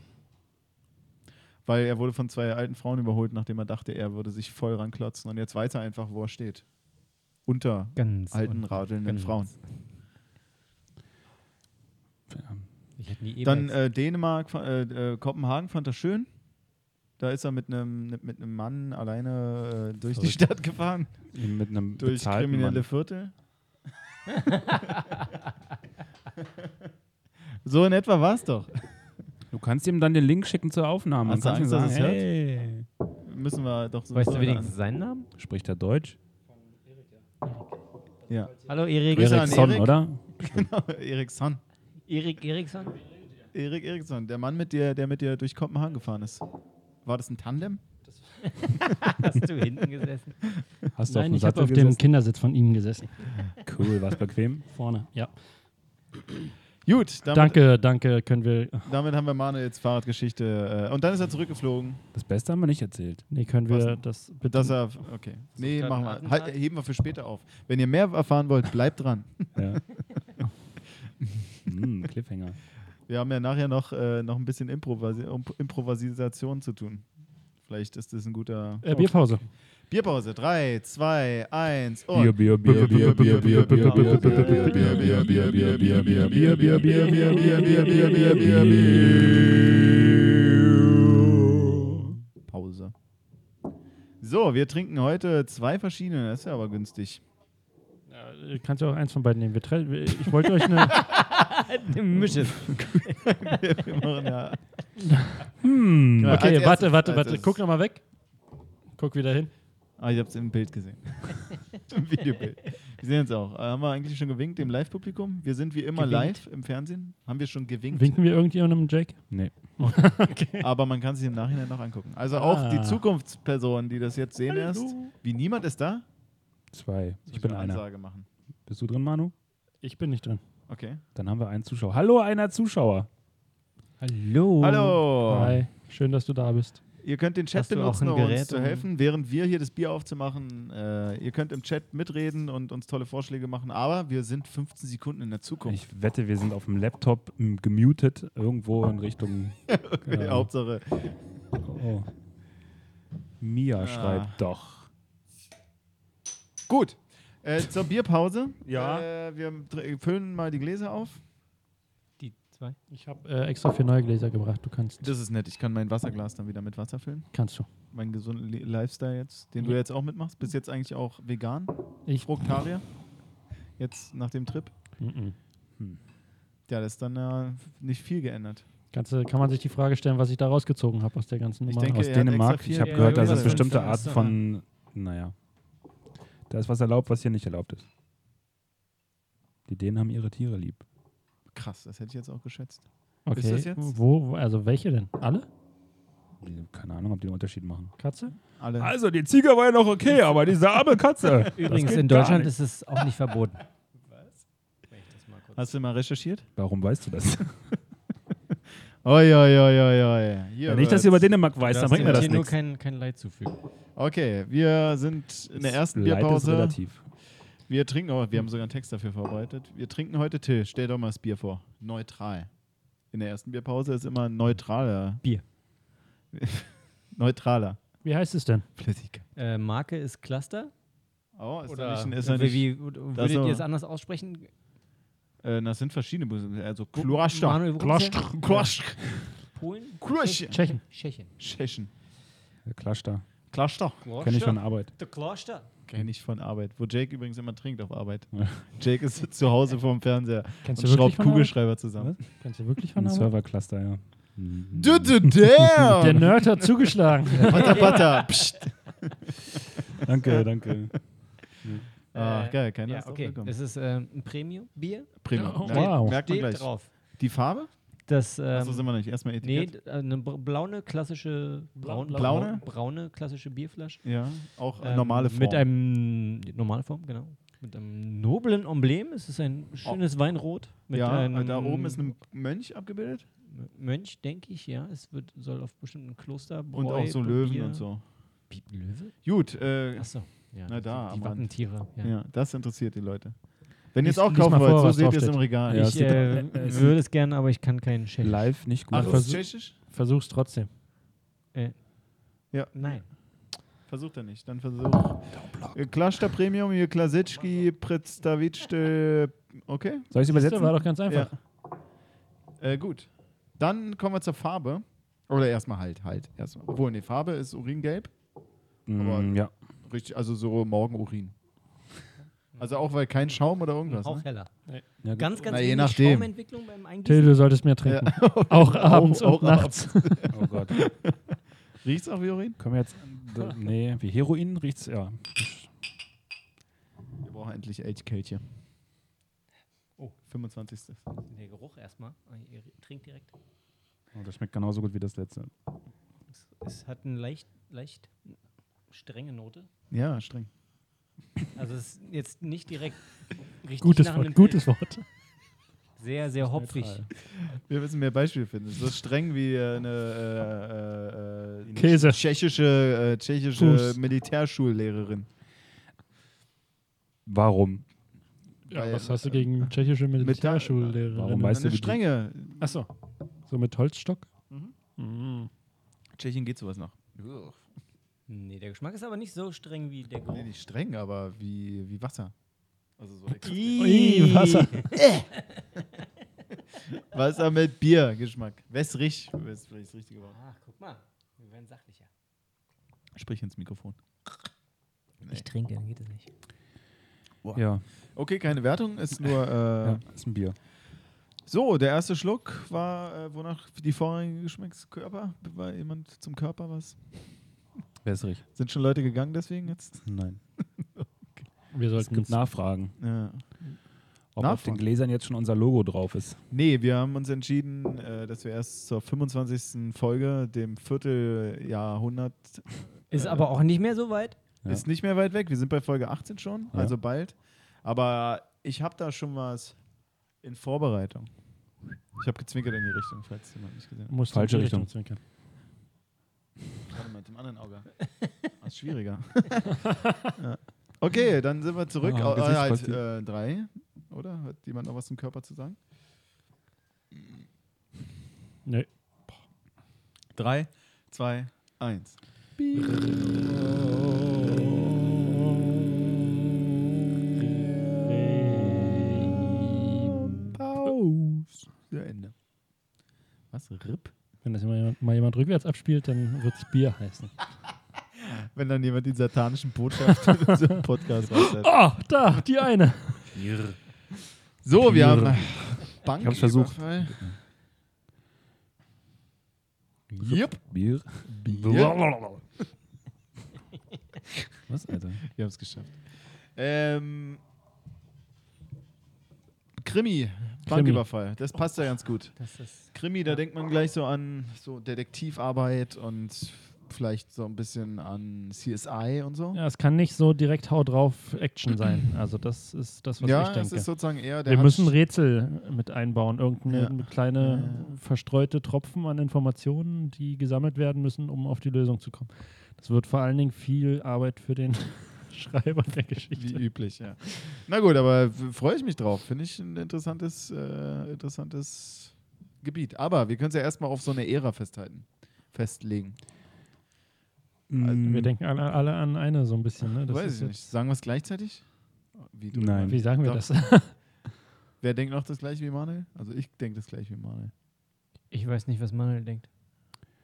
Speaker 2: Weil er wurde von zwei alten Frauen überholt, nachdem er dachte, er würde sich voll ranklotzen. Und jetzt weiß er einfach, wo er steht. Unter
Speaker 6: Ganz.
Speaker 2: alten,
Speaker 6: unten.
Speaker 2: radelnden
Speaker 6: Ganz.
Speaker 2: Frauen.
Speaker 6: Ich hätte nie eben
Speaker 2: Dann äh, Dänemark, fa- äh, äh, Kopenhagen fand er schön. Da ist er mit einem mit einem Mann alleine äh, durch die Stadt gefahren.
Speaker 1: Mit einem
Speaker 2: Durch
Speaker 1: bezahlten
Speaker 2: kriminelle
Speaker 1: Mann.
Speaker 2: Viertel. so in etwa war es doch.
Speaker 1: Du kannst ihm dann den Link schicken zur Aufnahme.
Speaker 2: Hast du
Speaker 1: Dann kannst du ihm
Speaker 2: Angst, dass
Speaker 1: sagen,
Speaker 2: er's
Speaker 1: hey.
Speaker 2: Müssen wir doch so
Speaker 6: weißt du wenigstens seinen Namen?
Speaker 1: Spricht er Deutsch?
Speaker 2: Ja.
Speaker 6: Hallo, Erik.
Speaker 2: Grüße an
Speaker 1: Ericsson,
Speaker 2: Erik.
Speaker 1: oder?
Speaker 2: Genau, Eriksson.
Speaker 6: Erik Eriksson?
Speaker 2: Erik Eriksson, der Mann, mit dir, der mit dir durch Kopenhagen gefahren ist. War das ein Tandem?
Speaker 6: Hast du hinten gesessen?
Speaker 1: Hast du
Speaker 3: Nein,
Speaker 1: auf dem
Speaker 3: ich habe
Speaker 1: Sattel
Speaker 3: auf dem
Speaker 1: gesessen?
Speaker 3: Kindersitz von ihm gesessen.
Speaker 1: Cool, war's bequem?
Speaker 3: Vorne, ja.
Speaker 2: Gut, damit,
Speaker 3: Danke, danke, können wir. Ach,
Speaker 2: damit haben wir Manuels Fahrradgeschichte. äh, Und dann ist er zurückgeflogen,
Speaker 1: Das Beste haben wir nicht erzählt.
Speaker 3: Nee, können wir
Speaker 2: Passen.
Speaker 3: das bitte.
Speaker 2: dass er. Okay. Nee,
Speaker 6: gerade
Speaker 2: machen
Speaker 6: ein
Speaker 2: wir.
Speaker 6: Attentat?
Speaker 2: Halt, heben wir für später auf. Wenn ihr mehr erfahren wollt, bleibt dran.
Speaker 1: Ja. mm, Cliffhanger.
Speaker 2: Wir haben ja nachher noch, äh, noch ein bisschen Improvisi Imp- Improvisation zu tun. Vielleicht ist das ein guter.
Speaker 3: äh, Bierpause.
Speaker 2: Bierpause. 3, 2, 1 und.
Speaker 1: Bier, Bier, Bier, Bier, Bier, Bier, Bier, Bier, Bier, Bier, Bier, Bier, Bier, Bier, Bier, Bier, Bier, Bier, Bier, Bier, Bier, Bier, Bier, Bier, Bier, Bier.
Speaker 2: Pause. So, wir trinken heute zwei verschiedene. Das ist ja aber günstig.
Speaker 3: Äh, kannst du auch eins von beiden nehmen. Wir tre- wir- ich wollte euch eine.
Speaker 6: Misches.
Speaker 2: Wir machen ja-
Speaker 1: Hm.
Speaker 2: Genau, als
Speaker 3: Okay,
Speaker 2: erstes-
Speaker 3: warte, warte,
Speaker 2: als
Speaker 3: warte.
Speaker 2: erstes.
Speaker 3: Guck nochmal weg. Guck wieder hin.
Speaker 2: Ah, ich hab's im Bild gesehen. Im Videobild. Wir sehen uns auch. Äh, Haben wir eigentlich schon gewinkt dem Live-Publikum? Wir sind wie immer
Speaker 6: Gewinkt.
Speaker 2: live im Fernsehen. Haben wir schon gewinkt.
Speaker 3: Winken wir irgendjemandem, Jake?
Speaker 1: Nee.
Speaker 2: Aber man kann sich im Nachhinein noch angucken. Also auch
Speaker 3: Ah.
Speaker 2: die Zukunftspersonen, die das jetzt sehen erst. Wie niemand ist da?
Speaker 1: Zwei.
Speaker 2: Soll
Speaker 1: Ich bin
Speaker 2: eine
Speaker 1: einer.
Speaker 2: Ansage machen.
Speaker 1: Bist du drin, Manu?
Speaker 3: Ich bin nicht drin.
Speaker 2: Okay.
Speaker 1: Dann haben wir einen Zuschauer. Hallo, einer Zuschauer.
Speaker 3: Oh
Speaker 6: Hallo.
Speaker 2: Hallo!
Speaker 3: Hi, schön, dass du da bist.
Speaker 2: Ihr könnt den Chat
Speaker 6: Hast du auch
Speaker 2: benutzen,
Speaker 6: ein
Speaker 2: um uns
Speaker 6: Gerät,
Speaker 2: zu
Speaker 6: um-
Speaker 2: helfen, während wir hier das Bier aufzumachen. Äh, ihr könnt im Chat mitreden und uns tolle Vorschläge machen, aber wir sind 15 Sekunden in der Zukunft.
Speaker 1: Ich wette, wir sind auf dem Laptop m, gemutet irgendwo in Richtung. ja.
Speaker 2: Hauptsache.
Speaker 1: Oh. Mia
Speaker 2: Ah.
Speaker 1: schreibt doch.
Speaker 2: Gut. Äh, zur Bierpause.
Speaker 1: Ja.
Speaker 2: Äh, wir dr- füllen mal die Gläser auf.
Speaker 6: Die zwei.
Speaker 3: Ich habe äh, extra vier neue Gläser gebracht. Du kannst.
Speaker 2: Das ist nett. Ich kann mein Wasserglas dann wieder mit Wasser füllen.
Speaker 3: Kannst du.
Speaker 2: Mein gesunden Le- Lifestyle jetzt, den du
Speaker 3: Ja.
Speaker 2: jetzt auch mitmachst. Bis jetzt eigentlich auch vegan,
Speaker 3: Ich.
Speaker 2: Fruktarier. Jetzt nach dem Trip.
Speaker 3: Mhm.
Speaker 2: Ja, das ist dann äh, nicht viel geändert.
Speaker 3: Kannst, du- kann man sich die Frage stellen, was ich da rausgezogen habe aus der ganzen
Speaker 2: Ich
Speaker 3: Nummer?
Speaker 2: denke-
Speaker 1: Aus
Speaker 2: er hat
Speaker 1: Dänemark.
Speaker 2: extra viel-
Speaker 1: Ich habe
Speaker 6: Ja,
Speaker 1: gehört,
Speaker 6: ja,
Speaker 1: da
Speaker 6: ja,
Speaker 1: sind
Speaker 6: das
Speaker 1: bestimmte
Speaker 2: ist-
Speaker 1: Art von. Naja. Da ist was erlaubt, was hier nicht erlaubt ist. Die Dänen haben ihre Tiere lieb.
Speaker 2: Krass, das hätte ich jetzt auch geschätzt.
Speaker 3: okay.
Speaker 2: ist das jetzt?
Speaker 3: Wo, wo- also welche denn? Alle?
Speaker 1: Keine Ahnung, ob die einen Unterschied machen.
Speaker 3: Katze?
Speaker 2: Alle.
Speaker 1: Also, die Ziege war ja noch okay, aber diese arme Katze.
Speaker 6: Übrigens,
Speaker 1: geht
Speaker 6: in
Speaker 1: gar
Speaker 6: Deutschland
Speaker 1: nicht.
Speaker 6: ist es auch nicht verboten.
Speaker 2: Hast du mal recherchiert?
Speaker 1: Warum weißt du das?
Speaker 2: Oi, oi, oi, oi, oi. Hier
Speaker 1: Wenn ich das über
Speaker 2: wird's.
Speaker 1: Dänemark weiß, dann
Speaker 2: Das
Speaker 1: bringt mir
Speaker 2: ist
Speaker 1: das
Speaker 6: hier nur
Speaker 1: nichts.
Speaker 6: kein, kein Leid zufügen.
Speaker 2: Okay, wir sind in der ersten
Speaker 1: Leid ist
Speaker 2: Bierpause.
Speaker 1: relativ.
Speaker 2: Wir trinken, oh, wir haben sogar einen Text dafür vorbereitet. Wir trinken heute Till. Stell doch mal das Bier vor. Neutral. In der ersten Bierpause ist immer ein neutraler.
Speaker 6: Bier.
Speaker 2: neutraler.
Speaker 3: Wie heißt es denn?
Speaker 2: Flüssigkeit.
Speaker 6: Äh, Marke ist Cluster.
Speaker 2: Oh, ist
Speaker 6: Oder
Speaker 2: Oder nicht, ein- ist
Speaker 6: wie,
Speaker 2: da nicht,
Speaker 6: wie, würdet
Speaker 2: so-
Speaker 6: ihr es anders aussprechen?
Speaker 2: äh, das sind verschiedene Busen. Also Kloaster.
Speaker 6: Manuel, wo kommst du
Speaker 2: Kloaster. Kloaster.
Speaker 6: her? Polen?
Speaker 2: Kloaster.
Speaker 3: Tschechien.
Speaker 6: Tschechien.
Speaker 2: Tschechen.
Speaker 1: Klatsch da.
Speaker 2: Kloaster.
Speaker 1: Kenne ich von der Arbeit.
Speaker 6: Der Kloster.
Speaker 2: Kenne ich von Arbeit. Wo Jake übrigens immer trinkt auf Arbeit. Jake ist zu Hause vorm Fernseher
Speaker 3: Kennst
Speaker 2: und
Speaker 3: du wirklich
Speaker 2: schraubt
Speaker 3: von Arbeit?
Speaker 2: Kugelschreiber zusammen.
Speaker 3: Kennst du wirklich von
Speaker 1: Ein
Speaker 3: Arbeit?
Speaker 1: Servercluster, ja.
Speaker 2: Du, du,
Speaker 3: Der
Speaker 2: damn!
Speaker 3: Nerd hat zugeschlagen.
Speaker 2: Patta, patta. Psst.
Speaker 1: Danke, danke.
Speaker 2: Ah, geil, keiner
Speaker 6: Äh, ja,
Speaker 2: ist
Speaker 6: okay.
Speaker 2: draufgekommen.
Speaker 6: Es ist ähm, ein Premium-Bier.
Speaker 2: Prima.
Speaker 3: Oh,
Speaker 2: Merkt-
Speaker 3: wow.
Speaker 2: Merkt man
Speaker 6: Steht
Speaker 2: gleich.
Speaker 6: drauf.
Speaker 2: Die Farbe?
Speaker 6: Das, ähm,
Speaker 2: Achso, sind wir nicht. Erstmal
Speaker 6: nee,
Speaker 2: Etikett.
Speaker 6: d- äh, eine br- blaune klassische
Speaker 3: Blau-
Speaker 6: braun,
Speaker 2: Blaune?
Speaker 6: braune klassische Bierflasche.
Speaker 2: Ja, auch
Speaker 6: Ähm,
Speaker 2: normale Form.
Speaker 6: Mit einem normale Form, genau. Mit einem noblen Emblem. Es ist ein schönes Weinrot.
Speaker 2: Oh.
Speaker 6: Mit
Speaker 2: ja,
Speaker 6: einem
Speaker 2: da oben ist ein Mönch abgebildet.
Speaker 6: Mönch, denke ich, ja. Es wird, soll auf bestimmten Kloster
Speaker 2: Und auch so Löwen und so.
Speaker 6: Bi Löwe?
Speaker 2: Gut, äh,
Speaker 6: Achso. Ja,
Speaker 2: Na da, am
Speaker 6: die, die
Speaker 2: Rand.
Speaker 6: Wappentiere. Ja.
Speaker 2: ja. das interessiert die Leute. Wenn ihr es
Speaker 3: Lies-
Speaker 2: auch
Speaker 3: lies
Speaker 2: kaufen
Speaker 3: mal vor,
Speaker 2: wollt, so
Speaker 3: was
Speaker 2: seht ihr es
Speaker 3: draufsteht.
Speaker 2: im Regal.
Speaker 1: Ja, es
Speaker 6: ich
Speaker 1: gibt-
Speaker 6: äh,
Speaker 1: äh, es
Speaker 6: würde es gerne, aber ich kann keinen Tschechisch.
Speaker 1: Live nicht gut.
Speaker 2: Ach, ist tschechisch?
Speaker 3: Versuch's trotzdem.
Speaker 6: Nein.
Speaker 2: Versucht er nicht, dann versuch. Äh, Klaszta Premium, ihr Klasitschki, Predstavitste. Okay,
Speaker 1: Soll ich es
Speaker 3: Das war
Speaker 1: übersetzen?
Speaker 3: doch ganz einfach.
Speaker 2: Ja. Äh, gut. Dann kommen wir zur Farbe. Oder erstmal halt, halt. Erstmal. Obwohl, nee, Farbe ist Uringelb.
Speaker 1: Mm, ja.
Speaker 2: Richtig, also so Morgenurin. Also auch, weil kein Schaum oder irgendwas.
Speaker 6: Auch
Speaker 2: Ne?
Speaker 6: heller.
Speaker 1: Ja,
Speaker 6: Ganz, ganz
Speaker 2: Na, je
Speaker 6: wenig
Speaker 2: nachdem.
Speaker 6: Schaumentwicklung beim
Speaker 3: Till,
Speaker 6: Eingießen.
Speaker 3: du solltest mehr trinken. Auch abends
Speaker 2: auch
Speaker 3: und nachts.
Speaker 1: Oh Gott.
Speaker 2: Riecht es auch wie Urin?
Speaker 1: Können wir jetzt. äh, Nee, wie Heroin riecht es, ja.
Speaker 2: Wir brauchen endlich Elchkelche.
Speaker 6: Oh.
Speaker 2: 25.
Speaker 6: Der Geruch erstmal. Ah, Ihr trinkt direkt.
Speaker 1: Oh, Das schmeckt genauso gut wie das letzte.
Speaker 6: Es, es hat eine leicht, leicht strenge Note.
Speaker 2: Ja, streng.
Speaker 6: Also es ist jetzt nicht direkt richtig
Speaker 3: Gutes
Speaker 6: nach einem
Speaker 3: Wort. Gutes Wort.
Speaker 6: Sehr, sehr hopfig.
Speaker 1: neutral.
Speaker 2: Wir müssen mehr Beispiele finden. Es ist so streng wie äh, eine äh, äh, äh,
Speaker 3: Käse.
Speaker 2: tschechische, äh, tschechische
Speaker 3: Fuß.
Speaker 2: Militärschullehrerin.
Speaker 1: Warum?
Speaker 3: Ja,
Speaker 2: Weil,
Speaker 3: was hast du gegen tschechische
Speaker 1: Warum
Speaker 3: Militärschullehrerin?
Speaker 1: weißt du,
Speaker 2: Eine
Speaker 1: wie die-
Speaker 2: strenge.
Speaker 3: Achso. So mit Holzstock? Mhm.
Speaker 2: Tschechien geht sowas noch.
Speaker 6: Nee, der Geschmack ist aber nicht so streng wie der
Speaker 2: Nee,
Speaker 6: Geruch.
Speaker 2: nicht streng, aber wie, wie Wasser. Also so
Speaker 3: Ui, Wasser.
Speaker 2: Wasser mit Biergeschmack. Wässrig. Wässrig ist das richtige Wort.
Speaker 6: Ach, Ah, guck mal. Wir werden sachlicher.
Speaker 2: Sprich ins Mikrofon.
Speaker 6: Ich trinke, dann geht es nicht.
Speaker 1: Ja,
Speaker 2: Okay, keine Wertung, ist nur. Äh,
Speaker 1: ja, ist ein Bier.
Speaker 2: So, der erste Schluck war, äh, wonach die vorherigen Geschmackskörper. War jemand zum Körper was?
Speaker 1: Wässrig.
Speaker 2: Sind schon Leute gegangen deswegen jetzt?
Speaker 1: Nein.
Speaker 3: Wir
Speaker 1: Es
Speaker 3: sollten
Speaker 1: gibt
Speaker 3: uns
Speaker 1: Nachfragen,
Speaker 2: Ja.
Speaker 1: ob auf
Speaker 2: Nachfragen.
Speaker 1: den Gläsern jetzt schon unser Logo drauf ist.
Speaker 2: Nee, wir haben uns entschieden, äh, dass wir erst zur 25. Folge, dem Vierteljahrhundert,
Speaker 6: Ist aber auch nicht mehr so weit.
Speaker 1: Ja.
Speaker 2: ist nicht mehr weit weg. Wir sind bei Folge 18 schon,
Speaker 1: Ja.
Speaker 2: also bald. Aber ich habe da schon was in Vorbereitung. Ich habe gezwinkert in die Richtung, falls jemand nicht gesehen hat.
Speaker 3: musst du
Speaker 1: Falsche
Speaker 3: in die
Speaker 1: Richtung.
Speaker 3: zwinkern.
Speaker 2: Warte mal, mit dem anderen Auge. Das ist schwieriger. ja. Okay, dann sind wir zurück.
Speaker 1: Ah,
Speaker 2: Au- äh, halt,
Speaker 1: Gesichtspastil.
Speaker 2: äh, drei, oder? Hat jemand noch was zum Körper zu sagen?
Speaker 3: Nee.
Speaker 2: Drei, zwei, eins. Aus. Ja, Ende. Was? RIP?
Speaker 3: Wenn das immer jemand, mal jemand rückwärts abspielt, dann wird es Bier heißen.
Speaker 2: Wenn dann jemand die satanischen Botschaften in diesem Podcast raussetzt.
Speaker 3: Oh, da, die eine.
Speaker 2: So, wir haben Bank.
Speaker 1: Ich hab's versucht.
Speaker 2: Yep.
Speaker 1: Bier.
Speaker 2: Bier.
Speaker 1: Was, Alter?
Speaker 2: Wir haben es geschafft. Ähm, Krimi, Banküberfall. Das passt ja ganz gut.
Speaker 6: Das ist
Speaker 2: Krimi, da denkt man gleich so an so Detektivarbeit und vielleicht so ein bisschen an CSI und so.
Speaker 3: Ja, es kann nicht so direkt hau drauf Action sein. Also das ist das, was ich
Speaker 2: Ja, es
Speaker 3: denke.
Speaker 2: ist sozusagen eher der
Speaker 3: Wir
Speaker 2: hat-
Speaker 3: müssen Rätsel mit einbauen, irgendeine
Speaker 2: Ja.
Speaker 3: kleine verstreute Tropfen an Informationen, die gesammelt werden müssen, um auf die Lösung zu kommen. Das wird vor allen Dingen viel Arbeit für den Schreiber der
Speaker 2: Wie
Speaker 3: Geschichte.
Speaker 2: üblich, ja. Na gut, aber f- freue ich mich drauf. Finde ich ein interessantes, äh, interessantes Gebiet. Aber wir können es ja erstmal auf so eine Ära festhalten, festlegen.
Speaker 1: Hm. Also,
Speaker 3: Wir denken alle, alle an eine so ein bisschen. Ne? Das
Speaker 2: Weiß
Speaker 3: ist
Speaker 2: ich nicht.
Speaker 3: jetzt-
Speaker 2: Sagen wir es gleichzeitig? Wie du
Speaker 1: Nein.
Speaker 3: Wie sagen wir
Speaker 2: Doch.
Speaker 3: das?
Speaker 2: Wer denkt noch das gleiche wie Manuel? Also ich denke das gleiche wie Manuel.
Speaker 6: ich weiß nicht, was Manuel denkt.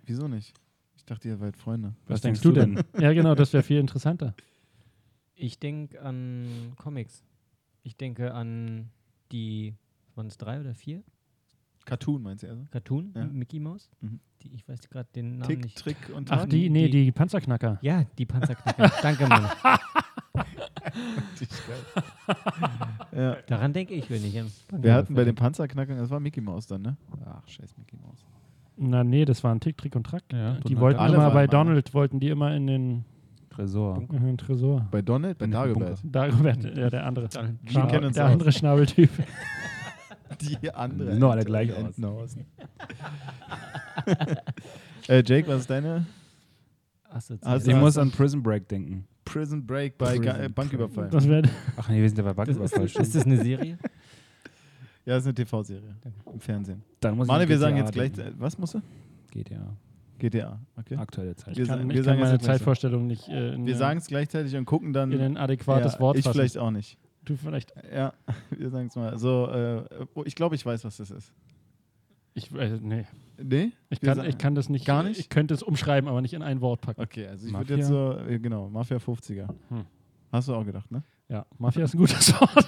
Speaker 2: Wieso nicht? Ich dachte, ihr seid Freunde.
Speaker 1: was denkst du denn?
Speaker 3: ja, genau, das wäre viel interessanter.
Speaker 6: Ich denke an Comics. Ich denke an die, waren es drei oder vier?
Speaker 2: Cartoon meinst du also?
Speaker 6: Cartoon,
Speaker 2: Ja.
Speaker 6: Mickey Mouse.
Speaker 2: Mhm.
Speaker 6: Die, ich weiß gerade den Namen
Speaker 2: Tick,
Speaker 6: nicht.
Speaker 2: Trick und
Speaker 3: Ach,
Speaker 2: Track?
Speaker 3: die, nee,
Speaker 6: die-
Speaker 3: die Panzerknacker.
Speaker 6: Ja, die Panzerknacker. Danke, Mann.
Speaker 2: Ja.
Speaker 6: Daran denke ich, wenn ich an.
Speaker 2: Wir hatten bei den Panzerknackern, das war Mickey Mouse dann, ne? Ach, scheiß Mickey Mouse.
Speaker 3: Na, nee, das waren Tick, Trick und Track.
Speaker 1: Ja,
Speaker 3: die
Speaker 1: Donald
Speaker 3: wollten
Speaker 2: Alle
Speaker 3: immer
Speaker 2: waren
Speaker 3: bei
Speaker 2: mal, ne?
Speaker 3: Donald, wollten die immer in den,
Speaker 1: Tresor.
Speaker 3: in den Tresor.
Speaker 2: Bei Donald, bei
Speaker 1: Bin ich im Bunker.
Speaker 2: Dagobert.
Speaker 3: Dagobert, äh, der andere.
Speaker 2: Wir kennen uns
Speaker 3: der
Speaker 2: aus.
Speaker 3: andere Schnabeltyp.
Speaker 2: Die andere.
Speaker 1: Sehen doch alle
Speaker 2: Ente
Speaker 1: gleich
Speaker 2: und
Speaker 1: aus.
Speaker 2: Entenhausen. äh, Jake, was ist deine? Also-
Speaker 1: Ich muss an Prison Break denken.
Speaker 2: Prison Break bei
Speaker 1: Prison
Speaker 2: Ga- äh,
Speaker 1: Break.
Speaker 2: Banküberfall.
Speaker 3: Das wäre
Speaker 1: Ach nee, wir sind ja bei Banküberfall.
Speaker 6: ist, ist das eine Serie?
Speaker 2: Ja, ist eine TV-Serie. Im Fernsehen.
Speaker 1: Dann muss ich
Speaker 2: Mane,
Speaker 1: an
Speaker 2: wir sagen
Speaker 1: GTA
Speaker 2: jetzt gleich.
Speaker 1: denken.
Speaker 2: äh, Was musst du?
Speaker 1: GTA.
Speaker 2: GTA. Okay.
Speaker 1: Aktuelle Zeit.
Speaker 2: Wir
Speaker 3: kann,
Speaker 2: sagen-
Speaker 3: ich
Speaker 2: wir
Speaker 3: kann
Speaker 2: sagen
Speaker 3: meine
Speaker 2: jetzt gleich so.
Speaker 3: Zeitvorstellung nicht äh, in,
Speaker 2: Wir
Speaker 3: äh,
Speaker 2: sagen es gleichzeitig und gucken dann.
Speaker 3: in ein adäquates
Speaker 2: ja,
Speaker 3: Wort
Speaker 2: Ich
Speaker 3: fassen.
Speaker 2: vielleicht auch nicht.
Speaker 3: Du vielleicht.
Speaker 2: Ja, wir sagen es mal. So, äh, oh, ich glaube, ich weiß, was das ist.
Speaker 3: Ich, äh, nee.
Speaker 2: Nee?
Speaker 3: ich,
Speaker 2: Wir
Speaker 3: kann,
Speaker 2: sagen-
Speaker 3: ich kann das nicht.
Speaker 2: Gar nicht?
Speaker 3: Ich könnte es umschreiben, aber nicht in ein Wort packen.
Speaker 2: Okay, also ich würde
Speaker 1: Mafia?
Speaker 2: jetzt so. äh, Genau, Mafia 50er.
Speaker 3: Hm.
Speaker 2: Hast du auch gedacht, ne?
Speaker 3: Ja, Mafia ist ein gutes Wort.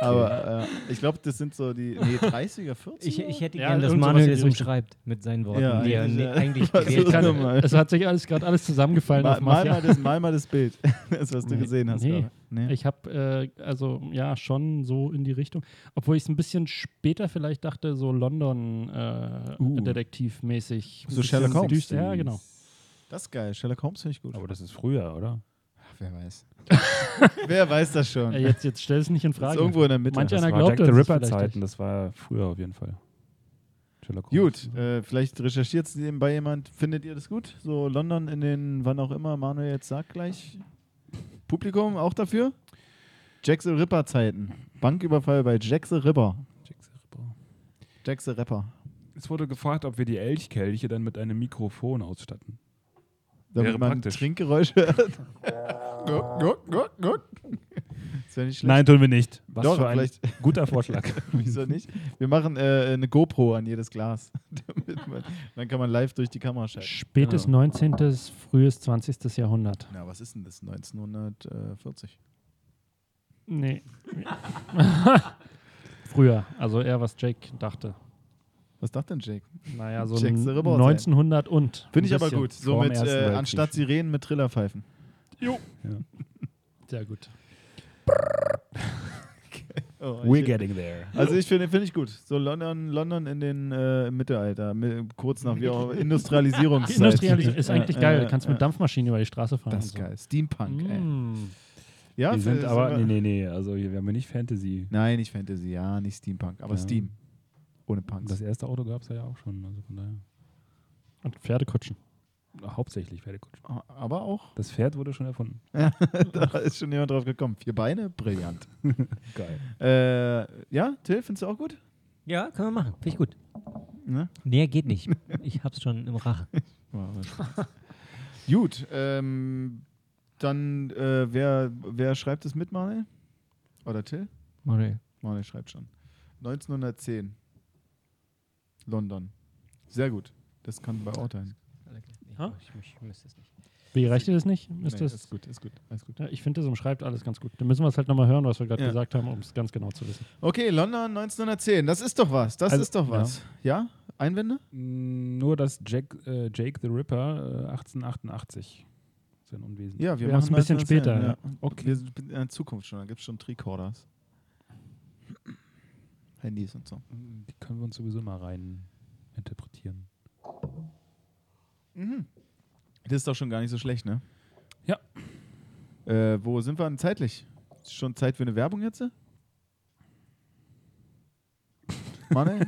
Speaker 2: Aber äh, ich glaube, das sind so die. Nee, 30er, 40er?
Speaker 6: Ich, ich hätte
Speaker 3: Ja,
Speaker 6: gern, dass
Speaker 3: irgend sowas
Speaker 6: Manuel
Speaker 3: in die
Speaker 6: es
Speaker 3: Richtung.
Speaker 6: umschreibt mit seinen Worten,
Speaker 2: Ja,
Speaker 6: die er
Speaker 2: eigentlich,
Speaker 6: ne-
Speaker 2: ja.
Speaker 6: eigentlich
Speaker 2: Was
Speaker 6: gewählt
Speaker 2: ist
Speaker 6: hat.
Speaker 2: das?
Speaker 3: kann,
Speaker 2: nochmal.
Speaker 3: es hat sich alles gerade alles zusammengefallen
Speaker 2: Ma
Speaker 3: auf
Speaker 2: mal,
Speaker 3: Mafia.
Speaker 2: mal das, mal, mal das Bild. Das, was du
Speaker 3: Nee.
Speaker 2: gesehen hast.
Speaker 3: Nee.
Speaker 2: gerade. Nee.
Speaker 3: Ich habe, äh, also ja, schon so in die Richtung. Obwohl ich es ein bisschen später vielleicht dachte, so äh,
Speaker 1: Uh.
Speaker 3: London-Detektivmäßig.
Speaker 2: So Sherlock Holmes.
Speaker 3: Ja, genau.
Speaker 2: Das ist geil. Sherlock Holmes finde ich gut.
Speaker 1: Aber das ist früher, oder?
Speaker 2: Ach, wer weiß. wer weiß das schon?
Speaker 3: Äh, jetzt jetzt stell es nicht in
Speaker 2: das ist
Speaker 3: Frage.
Speaker 2: irgendwo in der Mitte.
Speaker 3: Manch
Speaker 1: Das
Speaker 3: einer
Speaker 1: war Jack
Speaker 3: glaubt
Speaker 1: the
Speaker 3: uns das
Speaker 1: Ripper
Speaker 3: vielleicht
Speaker 1: Zeiten,
Speaker 3: nicht.
Speaker 1: das war früher auf jeden Fall. Sherlock Holmes.
Speaker 2: Gut, äh, vielleicht recherchiert es nebenbei jemand. Findet ihr das gut? So London in den, wann auch immer, Manuel jetzt sagt gleich. Publikum auch dafür? Jack the Ripper Zeiten. Banküberfall bei Jack the Ripper.
Speaker 1: Jack the Ripper.
Speaker 2: Jack the Rapper.
Speaker 1: Es wurde gefragt, ob wir die Elchkelche dann mit einem Mikrofon ausstatten.
Speaker 2: Damit
Speaker 1: Wäre
Speaker 2: man
Speaker 1: praktisch.
Speaker 2: Trinkgeräusche hört. Guck, guck, guck, guck. Das wäre nicht schlecht.
Speaker 1: Nein, tun wir nicht. Was
Speaker 2: Doch,
Speaker 1: für ein
Speaker 2: vielleicht.
Speaker 1: guter Vorschlag.
Speaker 2: Wieso nicht? Wir machen äh, eine GoPro an jedes Glas. Damit man, dann kann man live durch die Kamera schalten.
Speaker 3: Spätes
Speaker 2: Genau.
Speaker 3: 19., frühes 20. Jahrhundert.
Speaker 2: Na, was ist denn das? 1940.
Speaker 3: Nee. Früher, also eher was Jake dachte.
Speaker 2: Was dachte denn Jake?
Speaker 3: Naja, so
Speaker 2: Jake the Ripper
Speaker 3: 1900 und.
Speaker 2: Finde
Speaker 3: ein
Speaker 2: ich aber
Speaker 3: bisschen.
Speaker 2: gut. So
Speaker 1: vorm
Speaker 2: mit,
Speaker 1: Ersten
Speaker 2: äh,
Speaker 1: Weltkrieg.
Speaker 2: anstatt Sirenen mit Trillerpfeifen.
Speaker 3: Sehr gut.
Speaker 2: Oh,
Speaker 1: We're
Speaker 2: ich-
Speaker 1: getting there.
Speaker 2: also ich finde finde ich gut. So London, London in den äh, im Mittelalter, mi- kurz nach wie auch
Speaker 3: Die
Speaker 2: Industrialisierungszeit.
Speaker 3: Industrialisierung ist eigentlich
Speaker 2: Ja,
Speaker 3: geil.
Speaker 2: ja,
Speaker 3: Du kannst
Speaker 2: ja.
Speaker 3: mit Dampfmaschinen über die Straße fahren.
Speaker 2: Das ist
Speaker 3: und so.
Speaker 2: geil. Steampunk, ey.
Speaker 3: Mm.
Speaker 2: Ja,
Speaker 1: wir sind
Speaker 2: äh,
Speaker 1: aber,
Speaker 2: wir-
Speaker 1: nee, nee, nee, also hier, wir haben ja nicht Fantasy.
Speaker 2: Nein, nicht Fantasy, ja, nicht Steampunk, aber
Speaker 1: Ja.
Speaker 2: Steam. Ohne Punks.
Speaker 1: Das erste Auto gab es ja auch schon, also von daher.
Speaker 3: Und Pferdekutschen.
Speaker 1: Hauptsächlich Pferdekutschen.
Speaker 2: aber auch.
Speaker 1: Das Pferd wurde schon erfunden.
Speaker 2: da ist schon jemand drauf gekommen. Vier Beine, brillant.
Speaker 1: Geil.
Speaker 2: äh, ja, Till, findest du auch gut?
Speaker 6: Ja, können wir machen. Finde ich gut.
Speaker 2: Ne?
Speaker 6: Nee, geht nicht. Ich hab's schon im Rachen.
Speaker 2: gut, ähm, dann äh, wer, wer schreibt es mit, Manuel? Oder Till?
Speaker 6: Manuel.
Speaker 2: Manuel schreibt schon. 1910. London. Sehr gut. Das kann bei Ortein.
Speaker 3: Ha?
Speaker 6: Ich, ich müsste es nicht.
Speaker 3: Wie reicht dir das nicht? Ist
Speaker 2: Nee,
Speaker 3: das
Speaker 2: ist gut, ist gut, alles gut.
Speaker 3: ja, ich finde, das umschreibt alles ganz gut. Dann müssen wir es halt nochmal hören, was wir gerade
Speaker 2: Ja.
Speaker 3: gesagt haben, um es ganz genau zu wissen.
Speaker 2: Okay, London 1910. Das ist doch was. Das
Speaker 1: Also,
Speaker 2: ist doch was. Ja? Einwände?
Speaker 1: Mm, Nur, dass Jack, äh, Jake the Ripper äh, 1888 sein Unwesen.
Speaker 2: Ja, wir,
Speaker 3: Wir
Speaker 2: machen
Speaker 3: machen's ein bisschen
Speaker 2: 1910,
Speaker 3: später,
Speaker 2: Ja. Okay. Wir sind in der Zukunft schon. Da gibt es schon Tricorders. Handys und so.
Speaker 1: Die können wir uns sowieso mal rein interpretieren.
Speaker 2: Das ist doch schon gar nicht so schlecht, ne?
Speaker 1: Ja.
Speaker 2: Äh, wo sind wir denn zeitlich? Ist schon Zeit für eine Werbung jetzt? Mann, ey.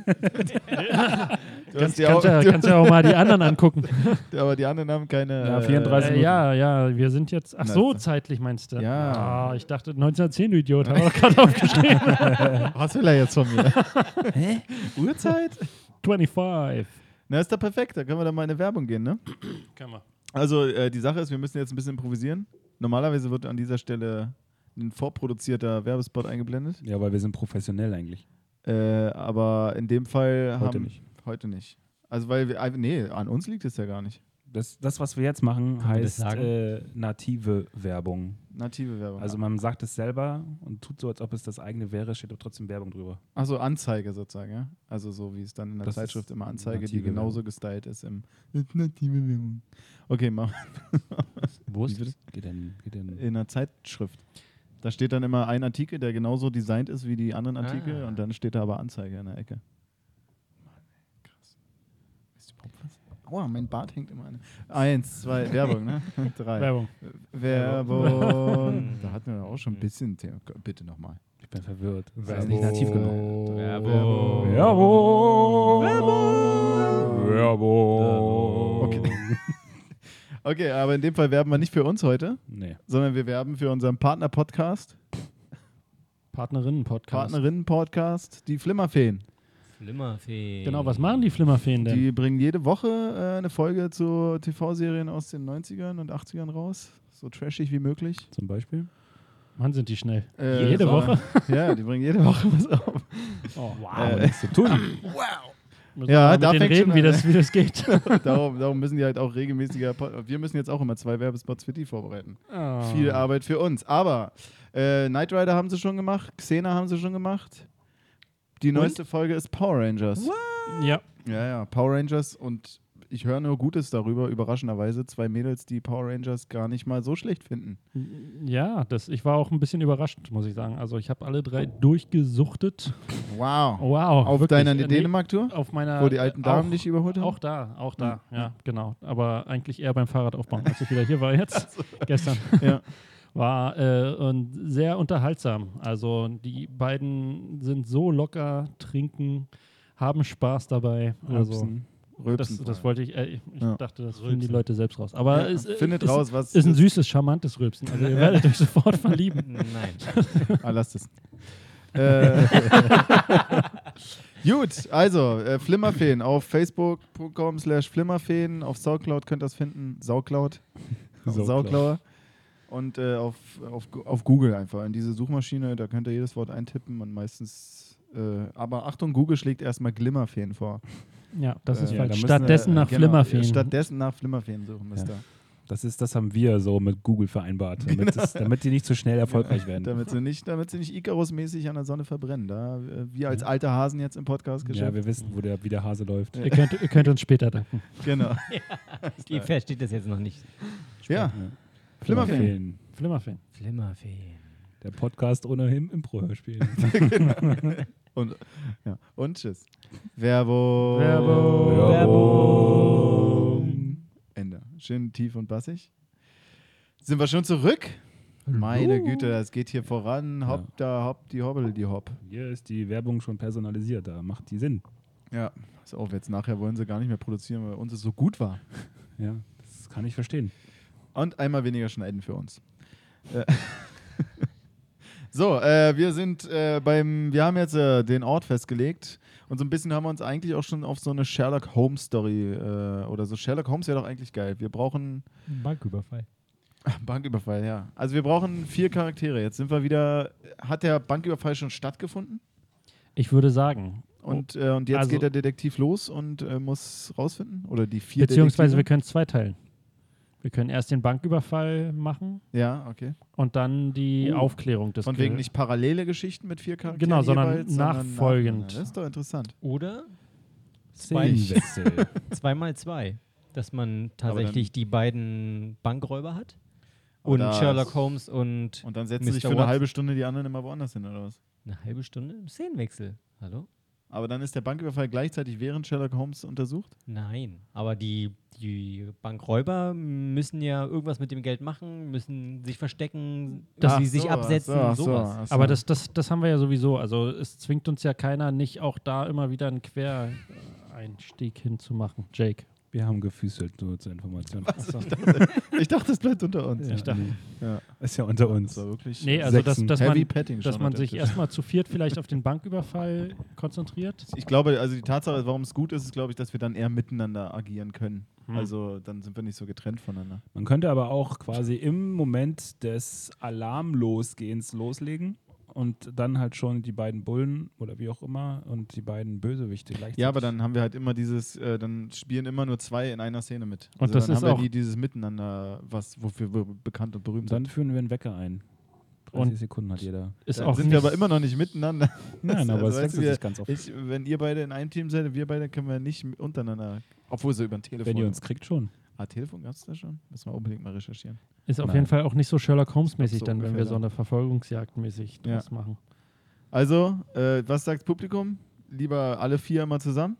Speaker 2: du hast ja auch,
Speaker 3: Kannst ja, kannst ja auch mal die anderen angucken.
Speaker 2: aber die anderen haben keine.
Speaker 1: Ja, 34
Speaker 3: Äh, ja, ja, wir sind jetzt. Ach so, zeitlich meinst du?
Speaker 2: Ja.
Speaker 3: Ah, ich dachte 1910, du Idiot, habe ich gerade aufgeschrieben.
Speaker 2: Was will er jetzt von mir?
Speaker 1: Hä?
Speaker 2: Uhrzeit?
Speaker 3: 25.
Speaker 2: Na, ist doch perfekt. Da können wir dann mal in eine Werbung gehen, ne?
Speaker 3: Kann man.
Speaker 2: Also, äh, die Sache ist, wir müssen jetzt ein bisschen improvisieren. Normalerweise wird an dieser Stelle ein vorproduzierter Werbespot eingeblendet.
Speaker 1: Ja, weil wir sind professionell eigentlich.
Speaker 2: Äh, aber in dem Fall
Speaker 1: Heute
Speaker 2: haben.
Speaker 1: nicht.
Speaker 2: Heute nicht. Also, weil wir. ein- Nee, an uns liegt es ja gar nicht.
Speaker 1: Das, das was wir jetzt machen,
Speaker 6: man das
Speaker 1: heißt
Speaker 6: sagen?
Speaker 1: äh, native Werbung.
Speaker 2: Native Werbung.
Speaker 1: Also man sagt es selber und tut so, als ob es das eigene wäre, steht aber trotzdem Werbung drüber.
Speaker 2: Also Anzeige sozusagen, ja? Also so wie es dann in der
Speaker 1: Das
Speaker 2: Zeitschrift
Speaker 1: ist
Speaker 2: immer Anzeige, die
Speaker 1: native
Speaker 2: genauso gestylt ist im native Werbung. Okay, mal
Speaker 6: Wo
Speaker 2: Wie bitte?
Speaker 6: ist
Speaker 1: Geht denn, geht denn.
Speaker 2: in der Zeitschrift. Da steht dann immer ein Artikel, der genauso designt ist wie die anderen Artikel
Speaker 6: Ah.
Speaker 2: und dann steht da aber Anzeige in der Ecke. Mann, ey, krass. Weißt du überhaupt was? Aua, mein Bart hängt immer an. Eins, zwei, Werbung, ne? Drei.
Speaker 3: Werbung.
Speaker 2: Werbung. da hatten wir auch schon ein bisschen Thema. Bitte nochmal.
Speaker 1: Ich bin verwirrt. Das
Speaker 2: Werbung.
Speaker 1: ist nicht nativ gemeint.
Speaker 2: Werbung.
Speaker 1: Werbung. Werbung.
Speaker 2: Okay. Okay, aber in dem Fall werben wir nicht für uns heute,
Speaker 1: Nee.
Speaker 2: sondern wir werben für unseren Partner-Podcast.
Speaker 3: Partnerinnen-Podcast.
Speaker 2: Partnerinnen-Podcast, die Flimmerfeen.
Speaker 6: Flimmerfee.
Speaker 3: Genau, was machen die Flimmerfeen denn?
Speaker 2: Die bringen jede Woche äh, eine Folge zu TV-Serien aus den 90ern und 80ern raus. So trashig wie möglich.
Speaker 1: Zum Beispiel?
Speaker 3: Mann, sind die schnell.
Speaker 2: Äh,
Speaker 3: Jede
Speaker 2: so-
Speaker 3: Woche? Oh,
Speaker 2: Ja, die bringen jede Woche was auf.
Speaker 1: Wow, nichts zu tun.
Speaker 3: Müssen
Speaker 2: Äh,
Speaker 3: wir
Speaker 2: Ja,
Speaker 3: mal mit
Speaker 2: da
Speaker 3: denen
Speaker 2: fängt schon
Speaker 3: reden, wie
Speaker 2: an,
Speaker 3: das, wie das geht.
Speaker 2: Darum, darum müssen die halt auch regelmäßiger. Po- Wir müssen jetzt auch immer zwei Werbespots für die vorbereiten.
Speaker 3: Ah.
Speaker 2: Viel Arbeit für uns. Aber äh, Knight Rider haben sie schon gemacht, Xena haben sie schon gemacht. Die neueste Folge ist Power Rangers.
Speaker 3: ja.
Speaker 2: Ja, ja, Power Rangers und ich höre nur Gutes darüber, überraschenderweise. Zwei Mädels, die Power Rangers gar nicht mal so schlecht finden.
Speaker 3: Ja, das, ich war auch ein bisschen überrascht, muss ich sagen. Also ich habe alle drei durchgesuchtet.
Speaker 2: Wow.
Speaker 3: Wow.
Speaker 2: Auf
Speaker 3: wirklich.
Speaker 2: deiner
Speaker 3: Äh, nee,
Speaker 2: Dänemark-Tour?
Speaker 3: Auf meiner.
Speaker 2: Wo die alten
Speaker 3: äh,
Speaker 2: Damen
Speaker 3: auch,
Speaker 2: dich überholt haben?
Speaker 3: Auch da, auch da, ja, genau. Aber eigentlich eher beim Fahrradaufbauen, als ich wieder hier war jetzt, gestern.
Speaker 2: Ja.
Speaker 3: War äh, und sehr unterhaltsam. Also die beiden sind so locker, trinken, haben Spaß dabei. Also
Speaker 1: Rülpsen.
Speaker 3: das,
Speaker 2: Rülpsen.
Speaker 3: das wollte ich, äh, ich
Speaker 2: Ja.
Speaker 3: dachte, das finden die Leute selbst raus. Aber es äh,
Speaker 2: Findet
Speaker 3: ist,
Speaker 2: raus, was.
Speaker 3: ist ein süßes, charmantes Rülpsen. Also ihr werdet euch sofort verlieben.
Speaker 6: Nein.
Speaker 2: ah, lasst es. äh, Gut, also äh, Flimmerfeen auf facebook.com slash Flimmerfeen, auf Soundcloud könnt ihr das finden, Saucloud,
Speaker 1: Saucloud.
Speaker 2: Saucloud und äh, auf, auf, Gu- auf Google einfach, in diese Suchmaschine, da könnt ihr jedes Wort eintippen und meistens, äh, aber Achtung, Google schlägt erstmal Glimmerfeen vor.
Speaker 3: Ja, das ist
Speaker 2: Äh,
Speaker 1: da
Speaker 3: falsch.
Speaker 1: müssen
Speaker 3: Stattdessen
Speaker 2: wir-
Speaker 3: nach
Speaker 2: genau,
Speaker 3: Flimmerfeen.
Speaker 2: Stattdessen nach Flimmerfeen suchen müsst
Speaker 1: Ja.
Speaker 2: ihr.
Speaker 1: Das ist, das haben wir so mit Google vereinbart, damit, es, damit die nicht so schnell erfolgreich werden.
Speaker 2: Damit sie nicht, damit sie nicht Icarus-mäßig an der Sonne verbrennen. Da äh, wir als alte Hasen jetzt im Podcast
Speaker 1: ja,
Speaker 2: geschafft.
Speaker 1: wir wissen, wo der, wie der Hase läuft.
Speaker 3: ihr, könnt, ihr könnt uns später danken.
Speaker 2: genau.
Speaker 6: Die versteht das jetzt noch nicht.
Speaker 2: ja. Flimmerfilm.
Speaker 1: Flimmerfilm.
Speaker 3: Flimmerfeen.
Speaker 6: Flimmerfee.
Speaker 1: Der Podcast ohne Him Impro-Hörspiel.
Speaker 2: Und, ja. Und tschüss. Werbung.
Speaker 3: Werbung.
Speaker 2: Werbung. Ende. Schön tief und bassig. Sind wir schon zurück? Meine Güte, das geht hier voran. Hopp, da, hopp, die hobbel, die hopp.
Speaker 1: Hier ist die Werbung schon personalisiert, da macht die Sinn.
Speaker 2: Ja, ist auf, jetzt nachher wollen sie gar nicht mehr produzieren, weil uns es so gut war.
Speaker 1: Ja, das kann ich verstehen.
Speaker 2: Und einmal weniger schneiden für uns. Äh, so, äh, wir sind äh, beim, wir haben jetzt äh, den Ort festgelegt und so ein bisschen haben wir uns eigentlich auch schon auf so eine Sherlock Holmes Story äh, oder so. Sherlock Holmes wäre doch eigentlich geil. Wir brauchen
Speaker 6: Banküberfall.
Speaker 2: Banküberfall, ja. Also wir brauchen vier Charaktere. Jetzt sind wir wieder. Hat der Banküberfall schon stattgefunden?
Speaker 3: Ich würde sagen,
Speaker 2: Und, äh, und jetzt
Speaker 3: Also-
Speaker 2: geht der Detektiv los und äh, muss rausfinden? Oder die vier
Speaker 3: beziehungsweise wir
Speaker 2: Detektive?
Speaker 3: können es zweiteilen. Wir können erst den Banküberfall machen
Speaker 2: Ja, okay.
Speaker 3: und dann die
Speaker 2: Oh.
Speaker 3: Aufklärung des
Speaker 2: Von
Speaker 3: Ge-
Speaker 2: wegen nicht parallele Geschichten mit vier Charakteren.
Speaker 3: Genau, sondern
Speaker 2: jeweils,
Speaker 3: nachfolgend.
Speaker 2: Das ist doch interessant.
Speaker 6: Oder
Speaker 1: Szenenwechsel.
Speaker 6: zweimal zwei. Dass man tatsächlich die beiden Bankräuber hat.
Speaker 2: Aber
Speaker 6: Und
Speaker 2: da
Speaker 6: Sherlock
Speaker 2: ist-
Speaker 6: Holmes und.
Speaker 2: Und dann setzen
Speaker 6: Mr.
Speaker 2: sich für eine
Speaker 6: Watson.
Speaker 2: halbe Stunde die anderen immer woanders hin, oder was?
Speaker 6: Eine halbe Stunde im Szenenwechsel. Hallo?
Speaker 2: Aber dann ist der Banküberfall gleichzeitig während Sherlock Holmes untersucht?
Speaker 6: Nein, aber die, die Bankräuber müssen ja irgendwas mit dem Geld machen, müssen sich verstecken, dass
Speaker 2: Ach,
Speaker 6: sie sich
Speaker 2: sowas,
Speaker 6: absetzen,
Speaker 2: ach so,
Speaker 6: sowas.
Speaker 2: ach so.
Speaker 3: Aber das, das, das haben wir ja sowieso. Also es zwingt uns ja keiner, nicht auch da immer wieder einen Quereinstieg hinzumachen. Jake.
Speaker 1: Wir haben gefüßelt, nur zur Information.
Speaker 3: Achso.
Speaker 2: Ich dachte, es bleibt unter uns.
Speaker 1: Ja,
Speaker 3: Ich dachte-
Speaker 1: nee.
Speaker 2: Ja.
Speaker 1: Ist ja unter
Speaker 2: Das
Speaker 1: uns.
Speaker 2: war wirklich
Speaker 3: Nee, also dass,
Speaker 1: Sechsen.
Speaker 3: dass
Speaker 2: heavy
Speaker 3: man,
Speaker 2: Petting
Speaker 3: dass
Speaker 2: schon
Speaker 3: man
Speaker 2: an der
Speaker 3: sich
Speaker 2: Tisch.
Speaker 3: erstmal zu viert vielleicht auf den Banküberfall konzentriert.
Speaker 2: Ich glaube, also die Tatsache, warum es gut ist, ist, glaube ich, dass wir dann eher miteinander agieren können.
Speaker 3: Hm.
Speaker 2: Also dann sind wir nicht so getrennt voneinander.
Speaker 1: Man könnte aber auch quasi im Moment des Alarmlosgehens loslegen und dann halt schon die beiden Bullen oder wie auch immer und die beiden Bösewichte gleichzeitig.
Speaker 2: Ja, aber dann haben wir halt immer dieses, äh, dann spielen immer nur zwei in einer Szene mit. Also
Speaker 3: Und das
Speaker 2: dann
Speaker 3: ist
Speaker 2: haben
Speaker 3: auch-
Speaker 2: wir die, dieses Miteinander, was wofür wir bekannt und berühmt
Speaker 1: Und dann
Speaker 2: sind.
Speaker 1: führen wir einen Wecker ein. 30
Speaker 3: Und-
Speaker 1: Sekunden hat jeder.
Speaker 3: Ist
Speaker 2: Dann
Speaker 3: auch
Speaker 2: sind wir
Speaker 3: nicht,
Speaker 2: aber immer noch nicht miteinander.
Speaker 1: Nein,
Speaker 2: Also,
Speaker 1: aber es
Speaker 2: weißt du,
Speaker 1: wechselt
Speaker 2: wir-
Speaker 1: sich ganz oft.
Speaker 2: Ich, wenn ihr beide in einem Team seid, wir beide können wir nicht mit- untereinander. Obwohl so über ein Telefon.
Speaker 1: Wenn ihr uns kriegt, schon.
Speaker 2: ah, Telefon gab es da schon? Müssen wir unbedingt mal recherchieren.
Speaker 3: ist auf
Speaker 1: Nein.
Speaker 3: jeden Fall auch nicht so Sherlock Holmes-mäßig
Speaker 2: So
Speaker 3: dann, wenn
Speaker 2: ungefähr
Speaker 3: wir so
Speaker 2: dann.
Speaker 3: eine Verfolgungsjagd mäßig
Speaker 2: Ja.
Speaker 3: draus machen.
Speaker 2: Also, äh, was sagt das Publikum? Lieber alle vier mal zusammen?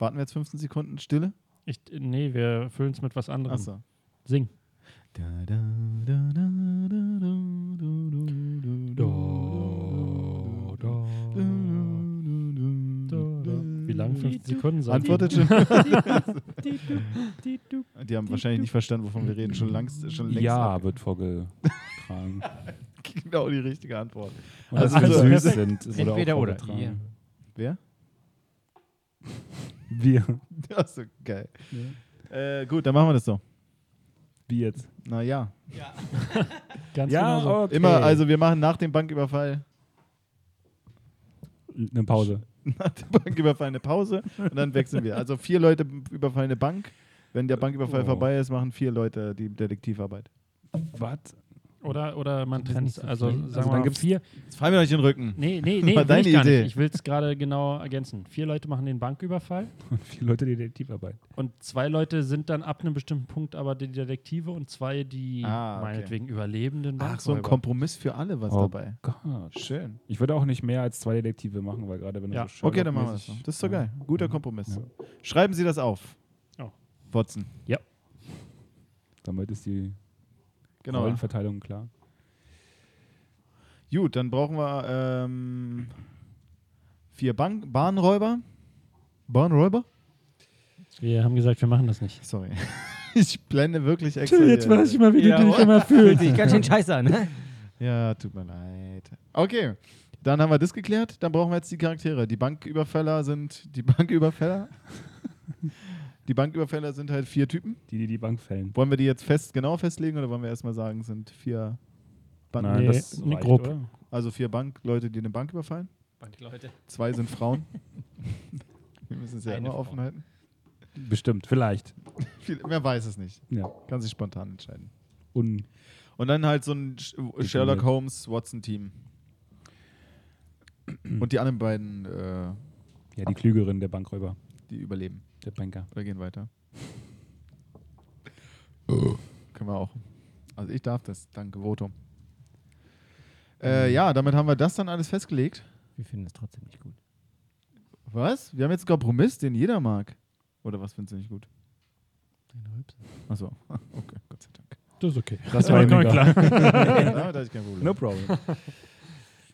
Speaker 2: Warten wir jetzt 15 Sekunden Stille?
Speaker 3: Ich, nee, wir füllen es mit was anderem.
Speaker 2: Achso.
Speaker 3: Sing. Wie lang? 15 Sekunden? sagen die?
Speaker 2: Antwortet schon. Die haben wahrscheinlich nicht verstanden, wovon wir reden. Schon, langst, schon längst.
Speaker 1: ja,
Speaker 2: ab-
Speaker 1: wird vorgetragen.
Speaker 2: Genau die richtige Antwort.
Speaker 1: Und
Speaker 2: Also
Speaker 1: dass wir
Speaker 2: also
Speaker 1: süß
Speaker 2: perfekt.
Speaker 1: sind. wurde auch
Speaker 6: Entweder oder.
Speaker 1: vorgetragen.
Speaker 6: Ja.
Speaker 2: Wer?
Speaker 1: Wir.
Speaker 2: Das ist so geil. Äh, gut, dann machen wir das so.
Speaker 1: Wie jetzt?
Speaker 2: Naja.
Speaker 3: Ganz
Speaker 1: Ja,
Speaker 3: genau so.
Speaker 1: okay.
Speaker 2: Immer, also wir machen nach dem Banküberfall
Speaker 1: Eine Pause.
Speaker 2: nach dem Banküberfall eine Pause und dann wechseln wir. Also vier Leute überfallen eine Bank. Wenn der Banküberfall
Speaker 1: Oh.
Speaker 2: vorbei ist, machen vier Leute die Detektivarbeit.
Speaker 1: Was?
Speaker 3: oh. Oder, oder man
Speaker 6: Das ist
Speaker 3: trennt
Speaker 6: nicht
Speaker 3: es.
Speaker 6: so
Speaker 3: Also,
Speaker 6: schlimm.
Speaker 3: sagen
Speaker 1: Also
Speaker 3: wir
Speaker 1: dann
Speaker 3: mal,
Speaker 1: gibt's-
Speaker 3: vier.
Speaker 2: Jetzt fallen wir euch in den Rücken.
Speaker 3: Nee, nee, nee.
Speaker 2: war
Speaker 3: will
Speaker 2: deine
Speaker 3: ich gar
Speaker 2: Idee.
Speaker 3: Nicht. Ich will es gerade genau ergänzen. Vier Leute machen den Banküberfall
Speaker 1: Und viele Leute die Detektivarbeit.
Speaker 3: und zwei Leute sind dann ab einem bestimmten Punkt aber die Detektive und zwei die
Speaker 2: Ah, okay.
Speaker 3: meinetwegen Überlebenden
Speaker 2: Ach, so ein
Speaker 3: Bankräuber.
Speaker 2: Kompromiss für alle was
Speaker 1: Oh.
Speaker 2: dabei.
Speaker 1: Gott.
Speaker 2: Schön.
Speaker 1: Ich würde auch nicht mehr als zwei Detektive machen, weil gerade wenn
Speaker 3: Ja.
Speaker 1: du so
Speaker 2: Okay, dann machen wir das. so.
Speaker 1: Sherlock-mäßig-
Speaker 2: Das ist doch geil. Guter Kompromiss.
Speaker 1: Ja.
Speaker 2: Schreiben Sie das auf.
Speaker 3: Oh.
Speaker 2: Watson.
Speaker 1: Damit ist die
Speaker 2: Genau.
Speaker 1: Rollenverteilung klar.
Speaker 2: Gut, dann brauchen wir ähm, vier Bank Bahnräuber. Bahnräuber?
Speaker 3: Wir haben gesagt, wir machen das nicht.
Speaker 2: Sorry. Ich blende wirklich extra. hier-
Speaker 3: mal, wie
Speaker 6: Ja, oder? Fühlt sich ganz schön scheiße an. ne?
Speaker 2: Ja, tut mir leid. Okay, dann haben wir das geklärt. Dann brauchen wir jetzt die Charaktere. Die Banküberfäller sind die Banküberfäller. die Banküberfäller sind halt vier Typen.
Speaker 1: Die, die die Bank fällen.
Speaker 2: Wollen wir die jetzt fest genau festlegen oder wollen wir erstmal sagen, es sind vier Banken,
Speaker 3: Nein. nee, grob.
Speaker 1: oder?
Speaker 2: also vier Bankleute, die eine Bank überfallen?
Speaker 6: Bankleute.
Speaker 2: Zwei sind Frauen. wir müssen es ja
Speaker 6: Eine
Speaker 2: immer
Speaker 6: Frau.
Speaker 2: offen halten.
Speaker 1: Bestimmt, vielleicht.
Speaker 2: Viel, mehr weiß es nicht.
Speaker 1: Ja.
Speaker 2: Kann sich spontan entscheiden.
Speaker 1: Un
Speaker 2: Und dann halt so ein Sch Sherlock Holmes Watson Team. Und die anderen beiden, äh,
Speaker 1: ja, die Klügerin, der Bankräuber,
Speaker 2: die überleben.
Speaker 1: der Banker.
Speaker 2: Oder gehen weiter. Können wir auch. Also ich darf das. Danke, Votum. Äh, ja, damit haben wir das dann alles festgelegt.
Speaker 6: Wir finden es trotzdem nicht gut.
Speaker 2: Was? Wir haben jetzt einen Kompromiss, den jeder mag. Oder was findest du nicht gut? Achso. Okay, Gott sei Dank.
Speaker 3: Das ist okay.
Speaker 1: Das war ihm egal.
Speaker 2: damit hatte ich kein Problem.
Speaker 1: No problem.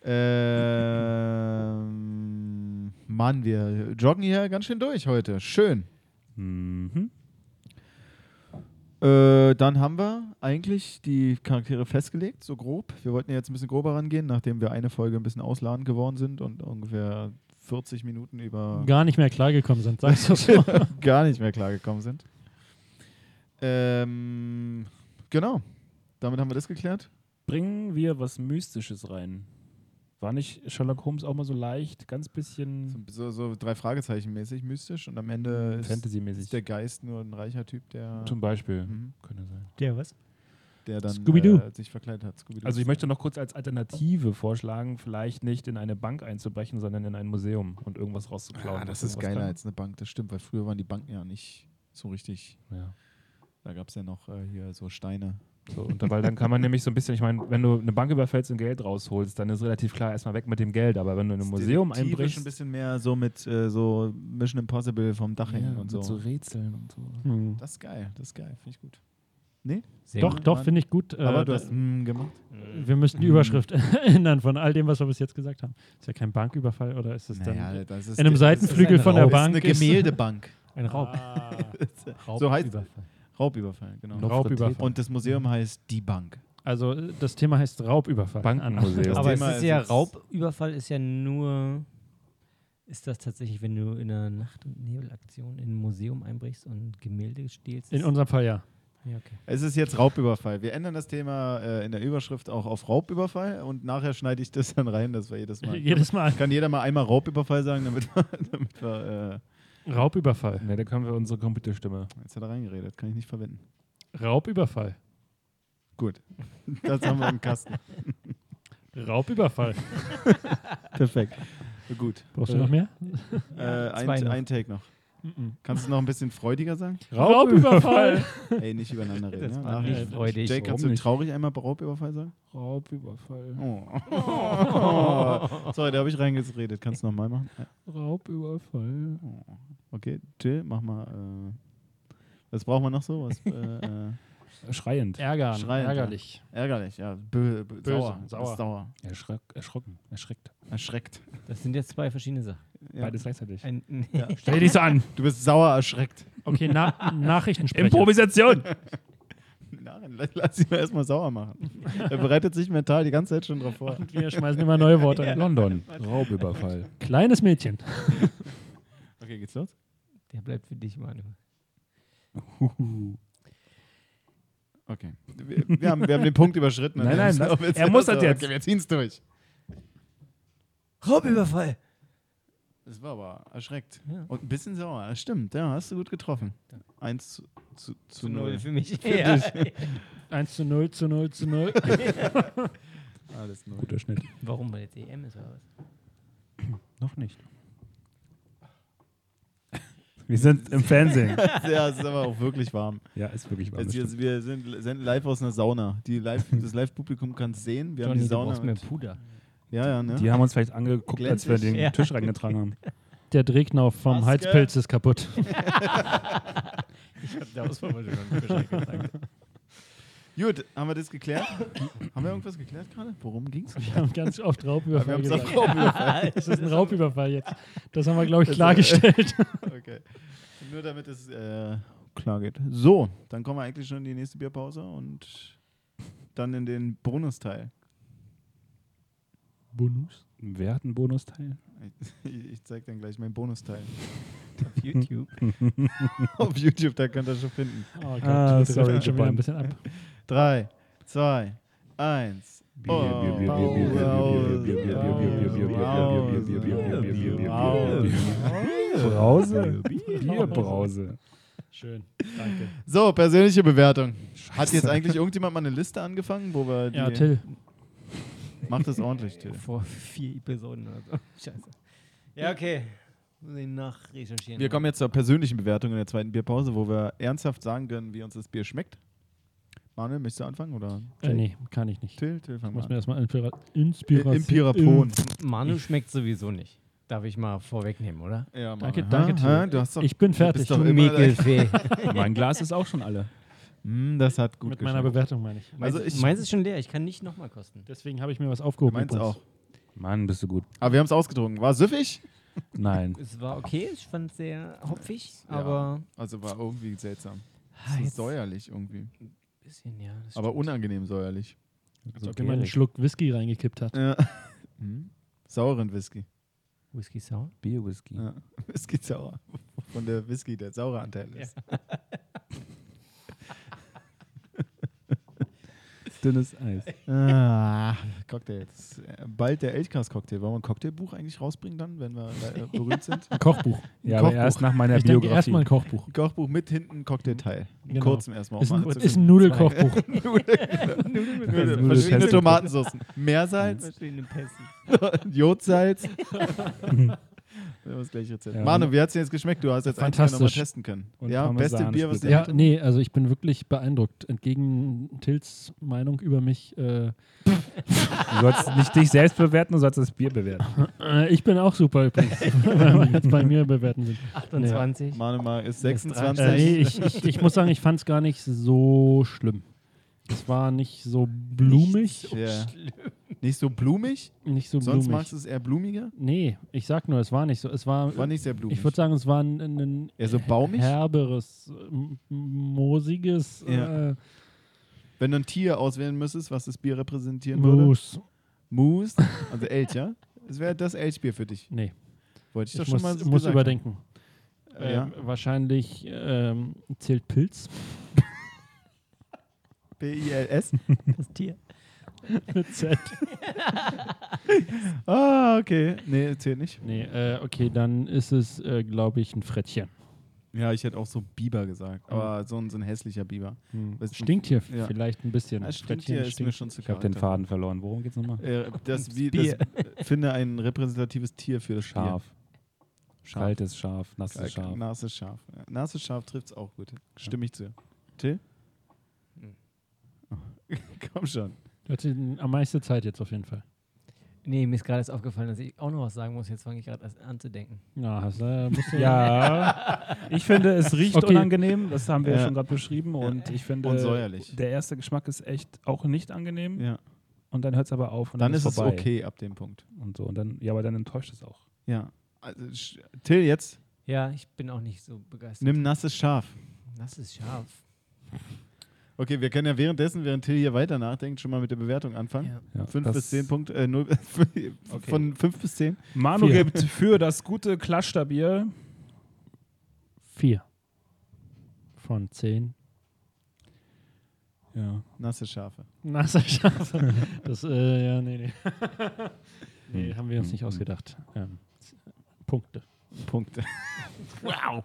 Speaker 2: Ähm, Mann, wir joggen hier ganz schön durch heute. Schön.
Speaker 1: mhm.
Speaker 2: Äh, dann haben wir eigentlich die Charaktere festgelegt, so grob. Wir wollten ja jetzt ein bisschen grober rangehen, nachdem wir eine Folge ein bisschen ausladen geworden sind und ungefähr 40 Minuten über
Speaker 3: Gar nicht mehr klargekommen sind, sagst du so.
Speaker 2: gar nicht mehr klargekommen sind. Ähm, genau. Damit haben wir das geklärt.
Speaker 1: Bringen wir was Mystisches rein. War nicht Sherlock Holmes auch mal so leicht, ganz
Speaker 2: So,
Speaker 1: bisschen
Speaker 2: so, so drei Fragezeichen mäßig, mystisch. Und am Ende ist,
Speaker 1: Fantasy-mäßig?
Speaker 2: ist der Geist nur ein reicher Typ, der,
Speaker 1: Zum Beispiel.
Speaker 2: Mhm.
Speaker 1: Könnte sein.
Speaker 6: Der was?
Speaker 2: der dann
Speaker 3: Scooby-Doo.
Speaker 2: äh, sich verkleidet hat. Scooby-Doo.
Speaker 1: Also ich möchte noch kurz als Alternative vorschlagen, vielleicht nicht in eine Bank einzubrechen, sondern in ein Museum und irgendwas rauszuklauen.
Speaker 2: Ah, das
Speaker 1: Was
Speaker 2: ist
Speaker 1: kann-
Speaker 2: geiler als eine Bank, das stimmt, weil früher waren die Banken ja nicht so richtig.
Speaker 1: Ja.
Speaker 2: Da gab es ja noch äh, hier so Steine.
Speaker 1: So, und dann, weil dann kann man nämlich so ein bisschen, ich meine, wenn du eine Bank überfällst und Geld rausholst, dann ist relativ klar erstmal weg mit dem Geld. Aber wenn du in ein Museum
Speaker 2: Detektiv ist
Speaker 1: einbrichst,
Speaker 2: ein bisschen mehr so mit äh, so Mission Impossible vom Dach hängen und so.
Speaker 1: Rätseln und so.
Speaker 3: Hm.
Speaker 2: Das ist geil, das ist geil, finde ich gut.
Speaker 6: Sehr
Speaker 3: Doch,
Speaker 6: gut.
Speaker 3: doch, finde ich gut. Äh,
Speaker 2: Aber du hast mm, gemacht.
Speaker 3: wir müssten die Überschrift ändern von all dem, was wir bis jetzt gesagt haben. Ist ja kein Banküberfall oder ist es dann
Speaker 2: das ist
Speaker 3: in einem
Speaker 2: das
Speaker 3: Seitenflügel
Speaker 6: ein
Speaker 3: von
Speaker 2: ist
Speaker 3: der
Speaker 6: Raub.
Speaker 2: eine,
Speaker 3: Bank?
Speaker 2: eine Gemäldebank.
Speaker 3: ein Raub.
Speaker 2: So heißt-
Speaker 6: Raubüberfall.
Speaker 2: Raubüberfall, genau.
Speaker 1: Raub-
Speaker 3: Raubüberfall.
Speaker 2: Und das Museum heißt Die Bank.
Speaker 3: Also äh, das Thema heißt Raubüberfall.
Speaker 1: Bankenmuseum.
Speaker 6: Aber
Speaker 2: Thema
Speaker 6: es ist
Speaker 2: ist
Speaker 6: ja
Speaker 2: jetzt-
Speaker 6: Raubüberfall ist ja nur ist das tatsächlich, wenn du in einer Nacht- und Nebelaktion in ein Museum einbrichst und Gemälde stehlst?
Speaker 3: In unserem Fall ja.
Speaker 6: ja, okay.
Speaker 2: Es ist jetzt Raubüberfall. Wir ändern das Thema äh, in der Überschrift auch auf Raubüberfall und nachher schneide ich das dann rein, dass wir jedes Mal.
Speaker 3: Jedes Mal
Speaker 2: Kann jeder mal einmal Raubüberfall sagen, damit wir. Damit wir
Speaker 3: Raubüberfall.
Speaker 1: Ne, da können wir unsere Computerstimme.
Speaker 2: äh, jetzt hat er reingeredet, kann ich nicht verwenden.
Speaker 3: Raubüberfall.
Speaker 2: Gut, das haben wir im Kasten.
Speaker 3: Raubüberfall.
Speaker 2: Perfekt. Gut.
Speaker 3: Brauchst du noch mehr?
Speaker 2: Äh,
Speaker 6: zwei
Speaker 2: ein,
Speaker 6: noch.
Speaker 2: ein Take noch. Kannst du es noch ein bisschen freudiger sagen?
Speaker 3: Raubüberfall.
Speaker 2: Ey, nicht übereinander reden.
Speaker 6: Das
Speaker 2: ne?
Speaker 6: war
Speaker 2: Nachher-
Speaker 6: nicht freudig.
Speaker 2: Jake,
Speaker 1: Warum
Speaker 2: kannst du
Speaker 1: nicht?
Speaker 2: traurig einmal Raubüberfall sagen?
Speaker 1: Raubüberfall.
Speaker 2: Oh. Sorry, da habe ich reingeredet. Kannst du nochmal machen?
Speaker 1: Raubüberfall.
Speaker 2: Okay, Jill, mach mal. Äh, was brauchen wir noch so? Was, äh, äh,
Speaker 1: Schreiend.
Speaker 3: Ärgern.
Speaker 2: Schreiend,
Speaker 3: Ärgerlich.
Speaker 2: ärgerlich, ja. Bö, bö,
Speaker 3: Böse,
Speaker 2: sauer.
Speaker 3: sauer.
Speaker 2: Ist sauer.
Speaker 1: Erschreck, erschrocken. Erschreckt.
Speaker 2: Erschreckt.
Speaker 6: Das sind jetzt zwei verschiedene Sachen.
Speaker 2: Ja.
Speaker 1: Beides gleichzeitig.
Speaker 6: Ein,
Speaker 1: Stell dich so an.
Speaker 2: Du bist sauer erschreckt.
Speaker 3: Okay, na Nachrichtensprecher.
Speaker 1: Improvisation.
Speaker 2: Nein, lass- lass ihn mal erstmal sauer machen. Er bereitet sich mental die ganze Zeit schon drauf vor.
Speaker 3: Wir schmeißen immer neue Worte. rein.
Speaker 1: London. Raubüberfall.
Speaker 3: Kleines Mädchen.
Speaker 2: Okay, geht's los?
Speaker 6: der bleibt für dich, Manu.
Speaker 2: Okay. Wir, wir, haben, wir haben den Punkt überschritten.
Speaker 1: Nein, nein, das- er muss das jetzt.
Speaker 2: Okay, wir ziehen's durch.
Speaker 6: Raubüberfall!
Speaker 2: Das war aber erschreckt.
Speaker 6: Ja.
Speaker 2: Und ein bisschen sauer. Das stimmt, ja, hast du gut getroffen. Eins zu, zu, zu
Speaker 6: Zu null
Speaker 2: null.
Speaker 6: für mich. Ja.
Speaker 3: 1 zu 0 zu 0 zu 0.
Speaker 2: Alles null.
Speaker 1: Guter Schnitt.
Speaker 6: Warum? Weil jetzt EM ist oder was?
Speaker 1: Noch nicht. Wir sind im Fernsehen.
Speaker 2: Ja, es ist aber auch wirklich warm.
Speaker 1: Ja, ist wirklich wahr.
Speaker 2: Also
Speaker 1: das
Speaker 2: hier,
Speaker 1: stimmt.
Speaker 2: wir sind, sind live aus einer Sauna. Die live, das Live-Publikum kann es sehen. Wir haben die
Speaker 6: Johnny, du
Speaker 2: Sauna.
Speaker 6: brauchst mehr
Speaker 2: mit-
Speaker 6: Puder.
Speaker 2: Ja, ja, ne?
Speaker 1: Die haben uns vielleicht angeguckt, als wir
Speaker 2: Glänzig.
Speaker 1: den
Speaker 6: Ja.
Speaker 1: Tisch reingetragen haben.
Speaker 3: Der Drehknauf vom
Speaker 2: Maske.
Speaker 3: Heizpilz ist kaputt.
Speaker 2: Gut, haben wir das geklärt? haben wir irgendwas geklärt gerade? Worum ging's?
Speaker 3: Wir haben ganz oft
Speaker 2: Wir
Speaker 3: Raubüberfall
Speaker 2: haben's
Speaker 3: gesagt.
Speaker 2: auch überfallen.
Speaker 3: Das ist ein Raubüberfall jetzt. Das haben wir, glaube ich, klargestellt.
Speaker 2: Okay. Nur damit es äh, klar geht. So, dann kommen wir eigentlich schon in die nächste Bierpause und dann in den Bonusteil.
Speaker 1: Bonus? Wer hat einen Bonusteil?
Speaker 2: Ich, ich zeig dann gleich meinen Bonusteil.
Speaker 6: Auf YouTube.
Speaker 2: Auf YouTube, da könnt ihr schon finden.
Speaker 3: Oh Gott,
Speaker 1: Ah,
Speaker 3: das
Speaker 1: sorry,
Speaker 3: schon wieder
Speaker 1: Japan.
Speaker 3: ein bisschen ab.
Speaker 2: Drei, zwei, eins.
Speaker 1: Brause? Bierbrause.
Speaker 3: Schön. Danke.
Speaker 2: So, persönliche Bewertung. Hat jetzt eigentlich irgendjemand mal eine Liste angefangen, wo wir die
Speaker 3: Ja, Till.
Speaker 2: macht das ordentlich, Till.
Speaker 6: Vor vier Episoden oder so. Scheiße. Ja, okay. Muss ich nachrecherchieren.
Speaker 2: Wir kommen jetzt zur persönlichen Bewertung in der zweiten Bierpause, wo wir ernsthaft sagen können, wie uns das Bier schmeckt. Manuel, möchtest du anfangen oder?
Speaker 3: Äh, nee, kann ich nicht.
Speaker 2: Till, Till, fang mal
Speaker 3: Muss
Speaker 2: an.
Speaker 3: mir erstmal Inspira
Speaker 2: Äh,
Speaker 3: Inspiration.
Speaker 2: Empirapon.
Speaker 3: Ähm,
Speaker 6: Manu schmeckt sowieso nicht. Darf ich mal vorwegnehmen, oder?
Speaker 2: Ja, Manuel.
Speaker 3: Danke,
Speaker 2: Hä?
Speaker 3: danke, Till.
Speaker 2: Hä? Du hast doch,
Speaker 3: Ich bin fertig.
Speaker 2: bist doch immer-
Speaker 1: Mein Glas ist auch schon alle.
Speaker 2: Hm, das hat gut
Speaker 3: Mit meiner
Speaker 2: geschmeckt.
Speaker 3: Bewertung meine ich.
Speaker 2: Also ich
Speaker 6: Meins ist schon leer, ich kann nicht nochmal kosten.
Speaker 3: Deswegen habe ich mir was aufgehoben.
Speaker 2: meins
Speaker 3: übrigens.
Speaker 2: auch.
Speaker 1: Mann, bist du gut.
Speaker 2: Aber Ah, wir haben es ausgetrunken. War süffig?
Speaker 1: Nein.
Speaker 6: Es war okay, ich fand es sehr hopfig,
Speaker 2: Ja.
Speaker 6: aber
Speaker 2: Also war irgendwie seltsam.
Speaker 6: Ah,
Speaker 2: Das
Speaker 6: jetzt
Speaker 2: ist säuerlich irgendwie.
Speaker 6: ein bisschen, ja. Das
Speaker 2: Aber
Speaker 6: stimmt.
Speaker 2: unangenehm säuerlich.
Speaker 3: Als ob jemand einen Schluck Whisky reingekippt hat.
Speaker 2: Ja. Hm? Sauren Whisky.
Speaker 6: Whisky Sour?
Speaker 1: Bierwhisky.
Speaker 2: Ja. Whisky sauer. Von der Whisky der saure Anteil ist.
Speaker 1: Dünnes Eis.
Speaker 2: Ah, Cocktails. Äh, Bald der Elchgras-Cocktail. Wollen wir ein Cocktailbuch eigentlich rausbringen dann, wenn wir äh, berühmt sind?
Speaker 3: Ein Kochbuch.
Speaker 1: Ja, aber
Speaker 2: Kochbuch.
Speaker 1: erst nach meiner
Speaker 3: ich denke erstmal ein
Speaker 1: Biografie.
Speaker 3: Kochbuch.
Speaker 2: Ein Kochbuch mit hinten ein Cocktailteil. Einen
Speaker 3: Genau.
Speaker 2: Kurzen erstmal. um
Speaker 3: Ist ein,
Speaker 2: anzugucken.
Speaker 3: ist ein Nudelkochbuch.
Speaker 1: Nudeln.
Speaker 2: Verschiedene
Speaker 1: Nudeln.
Speaker 2: Tomatensoßen. Meersalz,
Speaker 6: Verschiedene Pässen.
Speaker 2: Jodsalz, Wir haben das gleiche Rezept.
Speaker 3: Ja.
Speaker 2: Manu, wie hat es dir jetzt geschmeckt? Du hast jetzt eins nochmal
Speaker 3: Fantastisch.
Speaker 2: testen können.
Speaker 1: Und
Speaker 2: ja, beste Bier, was du
Speaker 1: Parmesan-Split.
Speaker 3: Ja, nee, also ich bin wirklich beeindruckt. Entgegen Tils Meinung über mich. Äh,
Speaker 1: Du sollst nicht dich selbst bewerten, du sollst das Bier bewerten.
Speaker 3: äh, ich bin auch super übrigens, wenn wir jetzt bei mir bewerten sind.
Speaker 6: 28.
Speaker 2: Manu mal ist
Speaker 3: Äh,
Speaker 2: 26.
Speaker 3: nee, ich, ich, ich muss sagen, ich fand es gar nicht so schlimm. Es war nicht so blumig.
Speaker 2: Ja. Nicht so blumig?
Speaker 3: Nicht so
Speaker 2: Sonst
Speaker 3: blumig.
Speaker 2: magst du es eher blumiger?
Speaker 3: Nee, ich sag nur, es war nicht so. Es war,
Speaker 2: War nicht sehr blumig.
Speaker 3: ich würde sagen, es war ein, ein
Speaker 2: Eher so baumig?
Speaker 3: herberes, m- moosiges
Speaker 2: Ja.
Speaker 3: äh,
Speaker 2: Wenn du ein Tier auswählen müsstest, was das Bier repräsentieren würde.
Speaker 3: Moos.
Speaker 2: Moose. Also Elch, ja? Es wäre das Elchbier für dich.
Speaker 3: Nee,
Speaker 2: Wollte ich
Speaker 3: ich
Speaker 2: doch
Speaker 3: muss,
Speaker 2: schon mal
Speaker 3: muss
Speaker 2: gesagt
Speaker 3: überdenken.
Speaker 2: haben. Äh, ja.
Speaker 3: Ähm, wahrscheinlich ähm, zählt Pilz.
Speaker 2: B-I-L-S.
Speaker 6: Das Tier.
Speaker 3: mit Z.
Speaker 2: Ah, okay. Nee, zählt nicht.
Speaker 3: Nee, äh, okay, dann ist es, äh, glaube ich, ein Frettchen.
Speaker 2: Ja, ich hätte auch so Biber gesagt. Aber so ein, so ein hässlicher Biber. Weißt du-
Speaker 3: Stinkt hier f-
Speaker 2: Ja.
Speaker 3: vielleicht ein bisschen.
Speaker 2: Das stimmt hier, ist mir schon zu
Speaker 1: Ich habe den
Speaker 2: kalt.
Speaker 1: Faden verloren. Worum geht's nochmal?
Speaker 2: Äh, das, wie,
Speaker 6: Bier.
Speaker 2: das finde ein repräsentatives Tier für das
Speaker 1: Scharf.
Speaker 2: Bier.
Speaker 1: Kaltes Schaf,
Speaker 2: Äh,
Speaker 1: nasses Schaf.
Speaker 2: Nasses Schaf. Ja, Nasses Schaf trifft es auch gut. Stimme ich zu. Till? Komm schon.
Speaker 3: Du hast ihn am meisten Zeit jetzt auf jeden Fall.
Speaker 6: Nee, mir ist gerade erst aufgefallen, dass ich auch noch was sagen muss. Jetzt fange ich gerade erst an zu denken.
Speaker 3: Ja, hast, äh, musst du-
Speaker 1: Ja, ich finde, es riecht
Speaker 3: Okay.
Speaker 1: unangenehm, das haben wir ja.
Speaker 2: Ja.
Speaker 1: schon gerade beschrieben. Und ich finde,
Speaker 2: Und säuerlich.
Speaker 1: der erste Geschmack ist echt auch nicht angenehm.
Speaker 2: Ja.
Speaker 1: Und dann hört es aber auf und
Speaker 2: Dann ist es
Speaker 1: vorbei.
Speaker 2: okay ab dem Punkt.
Speaker 1: Und so. Und dann, ja, aber dann enttäuscht es auch.
Speaker 2: Ja. Also, sch- Till, jetzt
Speaker 6: Ja, ich bin auch nicht so begeistert.
Speaker 2: nimm nasses Schaf.
Speaker 6: Das ist scharf.
Speaker 2: Okay, wir können ja währenddessen, während Till hier weiter nachdenkt, schon mal mit der Bewertung anfangen.
Speaker 6: Ja.
Speaker 1: Ja,
Speaker 2: 5
Speaker 1: das-
Speaker 2: bis 10 Punkte, äh, null- von 5 bis 10.
Speaker 1: Manu
Speaker 3: Vier.
Speaker 1: gibt für das gute Klaschterbier
Speaker 3: Vier. Von zehn.
Speaker 1: ja.
Speaker 2: Nasse Schafe.
Speaker 3: Nasser Schafe. Das, äh, ja, nee, nee.
Speaker 1: Hm,
Speaker 3: nee, haben wir uns nicht ausgedacht. Ähm, z- Punkte.
Speaker 2: Punkte.
Speaker 3: Wow.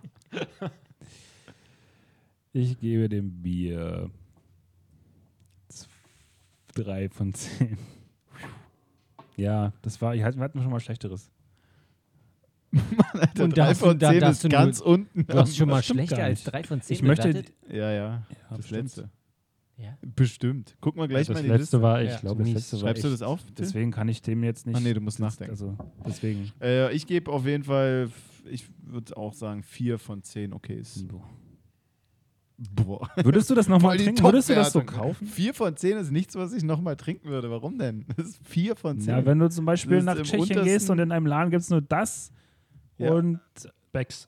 Speaker 1: Ich gebe dem Bier 3 von 10. Ja, das war, ich hatte- wir hatten schon mal Schlechteres.
Speaker 2: Alter,
Speaker 6: Und
Speaker 2: drei
Speaker 6: darfst du-
Speaker 2: von
Speaker 6: da
Speaker 2: 10
Speaker 6: darfst
Speaker 2: ist
Speaker 6: du nur-
Speaker 2: ganz unten.
Speaker 6: Du hast schon mal
Speaker 1: Das stimmt
Speaker 6: schlechter
Speaker 1: gar
Speaker 6: als
Speaker 1: nicht.
Speaker 6: 3 von 10
Speaker 1: Ich möchte-
Speaker 6: bewertet.
Speaker 2: Ja, ja. das
Speaker 1: bestimmt.
Speaker 2: letzte.
Speaker 6: Ja.
Speaker 2: Bestimmt. Gucken wir gleich
Speaker 3: das
Speaker 2: mal in die
Speaker 3: letzte
Speaker 2: Liste.
Speaker 3: war echt
Speaker 6: Ja.
Speaker 1: glaub,
Speaker 3: mies.
Speaker 1: letzte war
Speaker 2: Schreibst du
Speaker 1: echt-
Speaker 2: das auf? Till?
Speaker 1: Deswegen kann ich dem jetzt nicht.
Speaker 2: Ah, nee, du musst
Speaker 1: das-
Speaker 2: nachdenken.
Speaker 1: Also, deswegen.
Speaker 2: Äh, ich gebe auf jeden Fall, ich würde auch sagen, 4 von 10 okay ist.
Speaker 1: Mhm.
Speaker 2: Boah.
Speaker 1: Würdest du das nochmal
Speaker 2: Voll die
Speaker 1: trinken? Würdest du das so
Speaker 2: Top-Wertung.
Speaker 1: kaufen?
Speaker 2: 4 von 10 ist nichts, was ich nochmal trinken würde. Warum denn? Das ist 4 von 10.
Speaker 1: Ja, wenn du zum Beispiel
Speaker 2: Das ist
Speaker 1: nach
Speaker 2: im
Speaker 1: Tschechien
Speaker 2: untersten-
Speaker 1: gehst und in einem Laden gibt es nur das
Speaker 2: Ja.
Speaker 1: und
Speaker 3: Becks.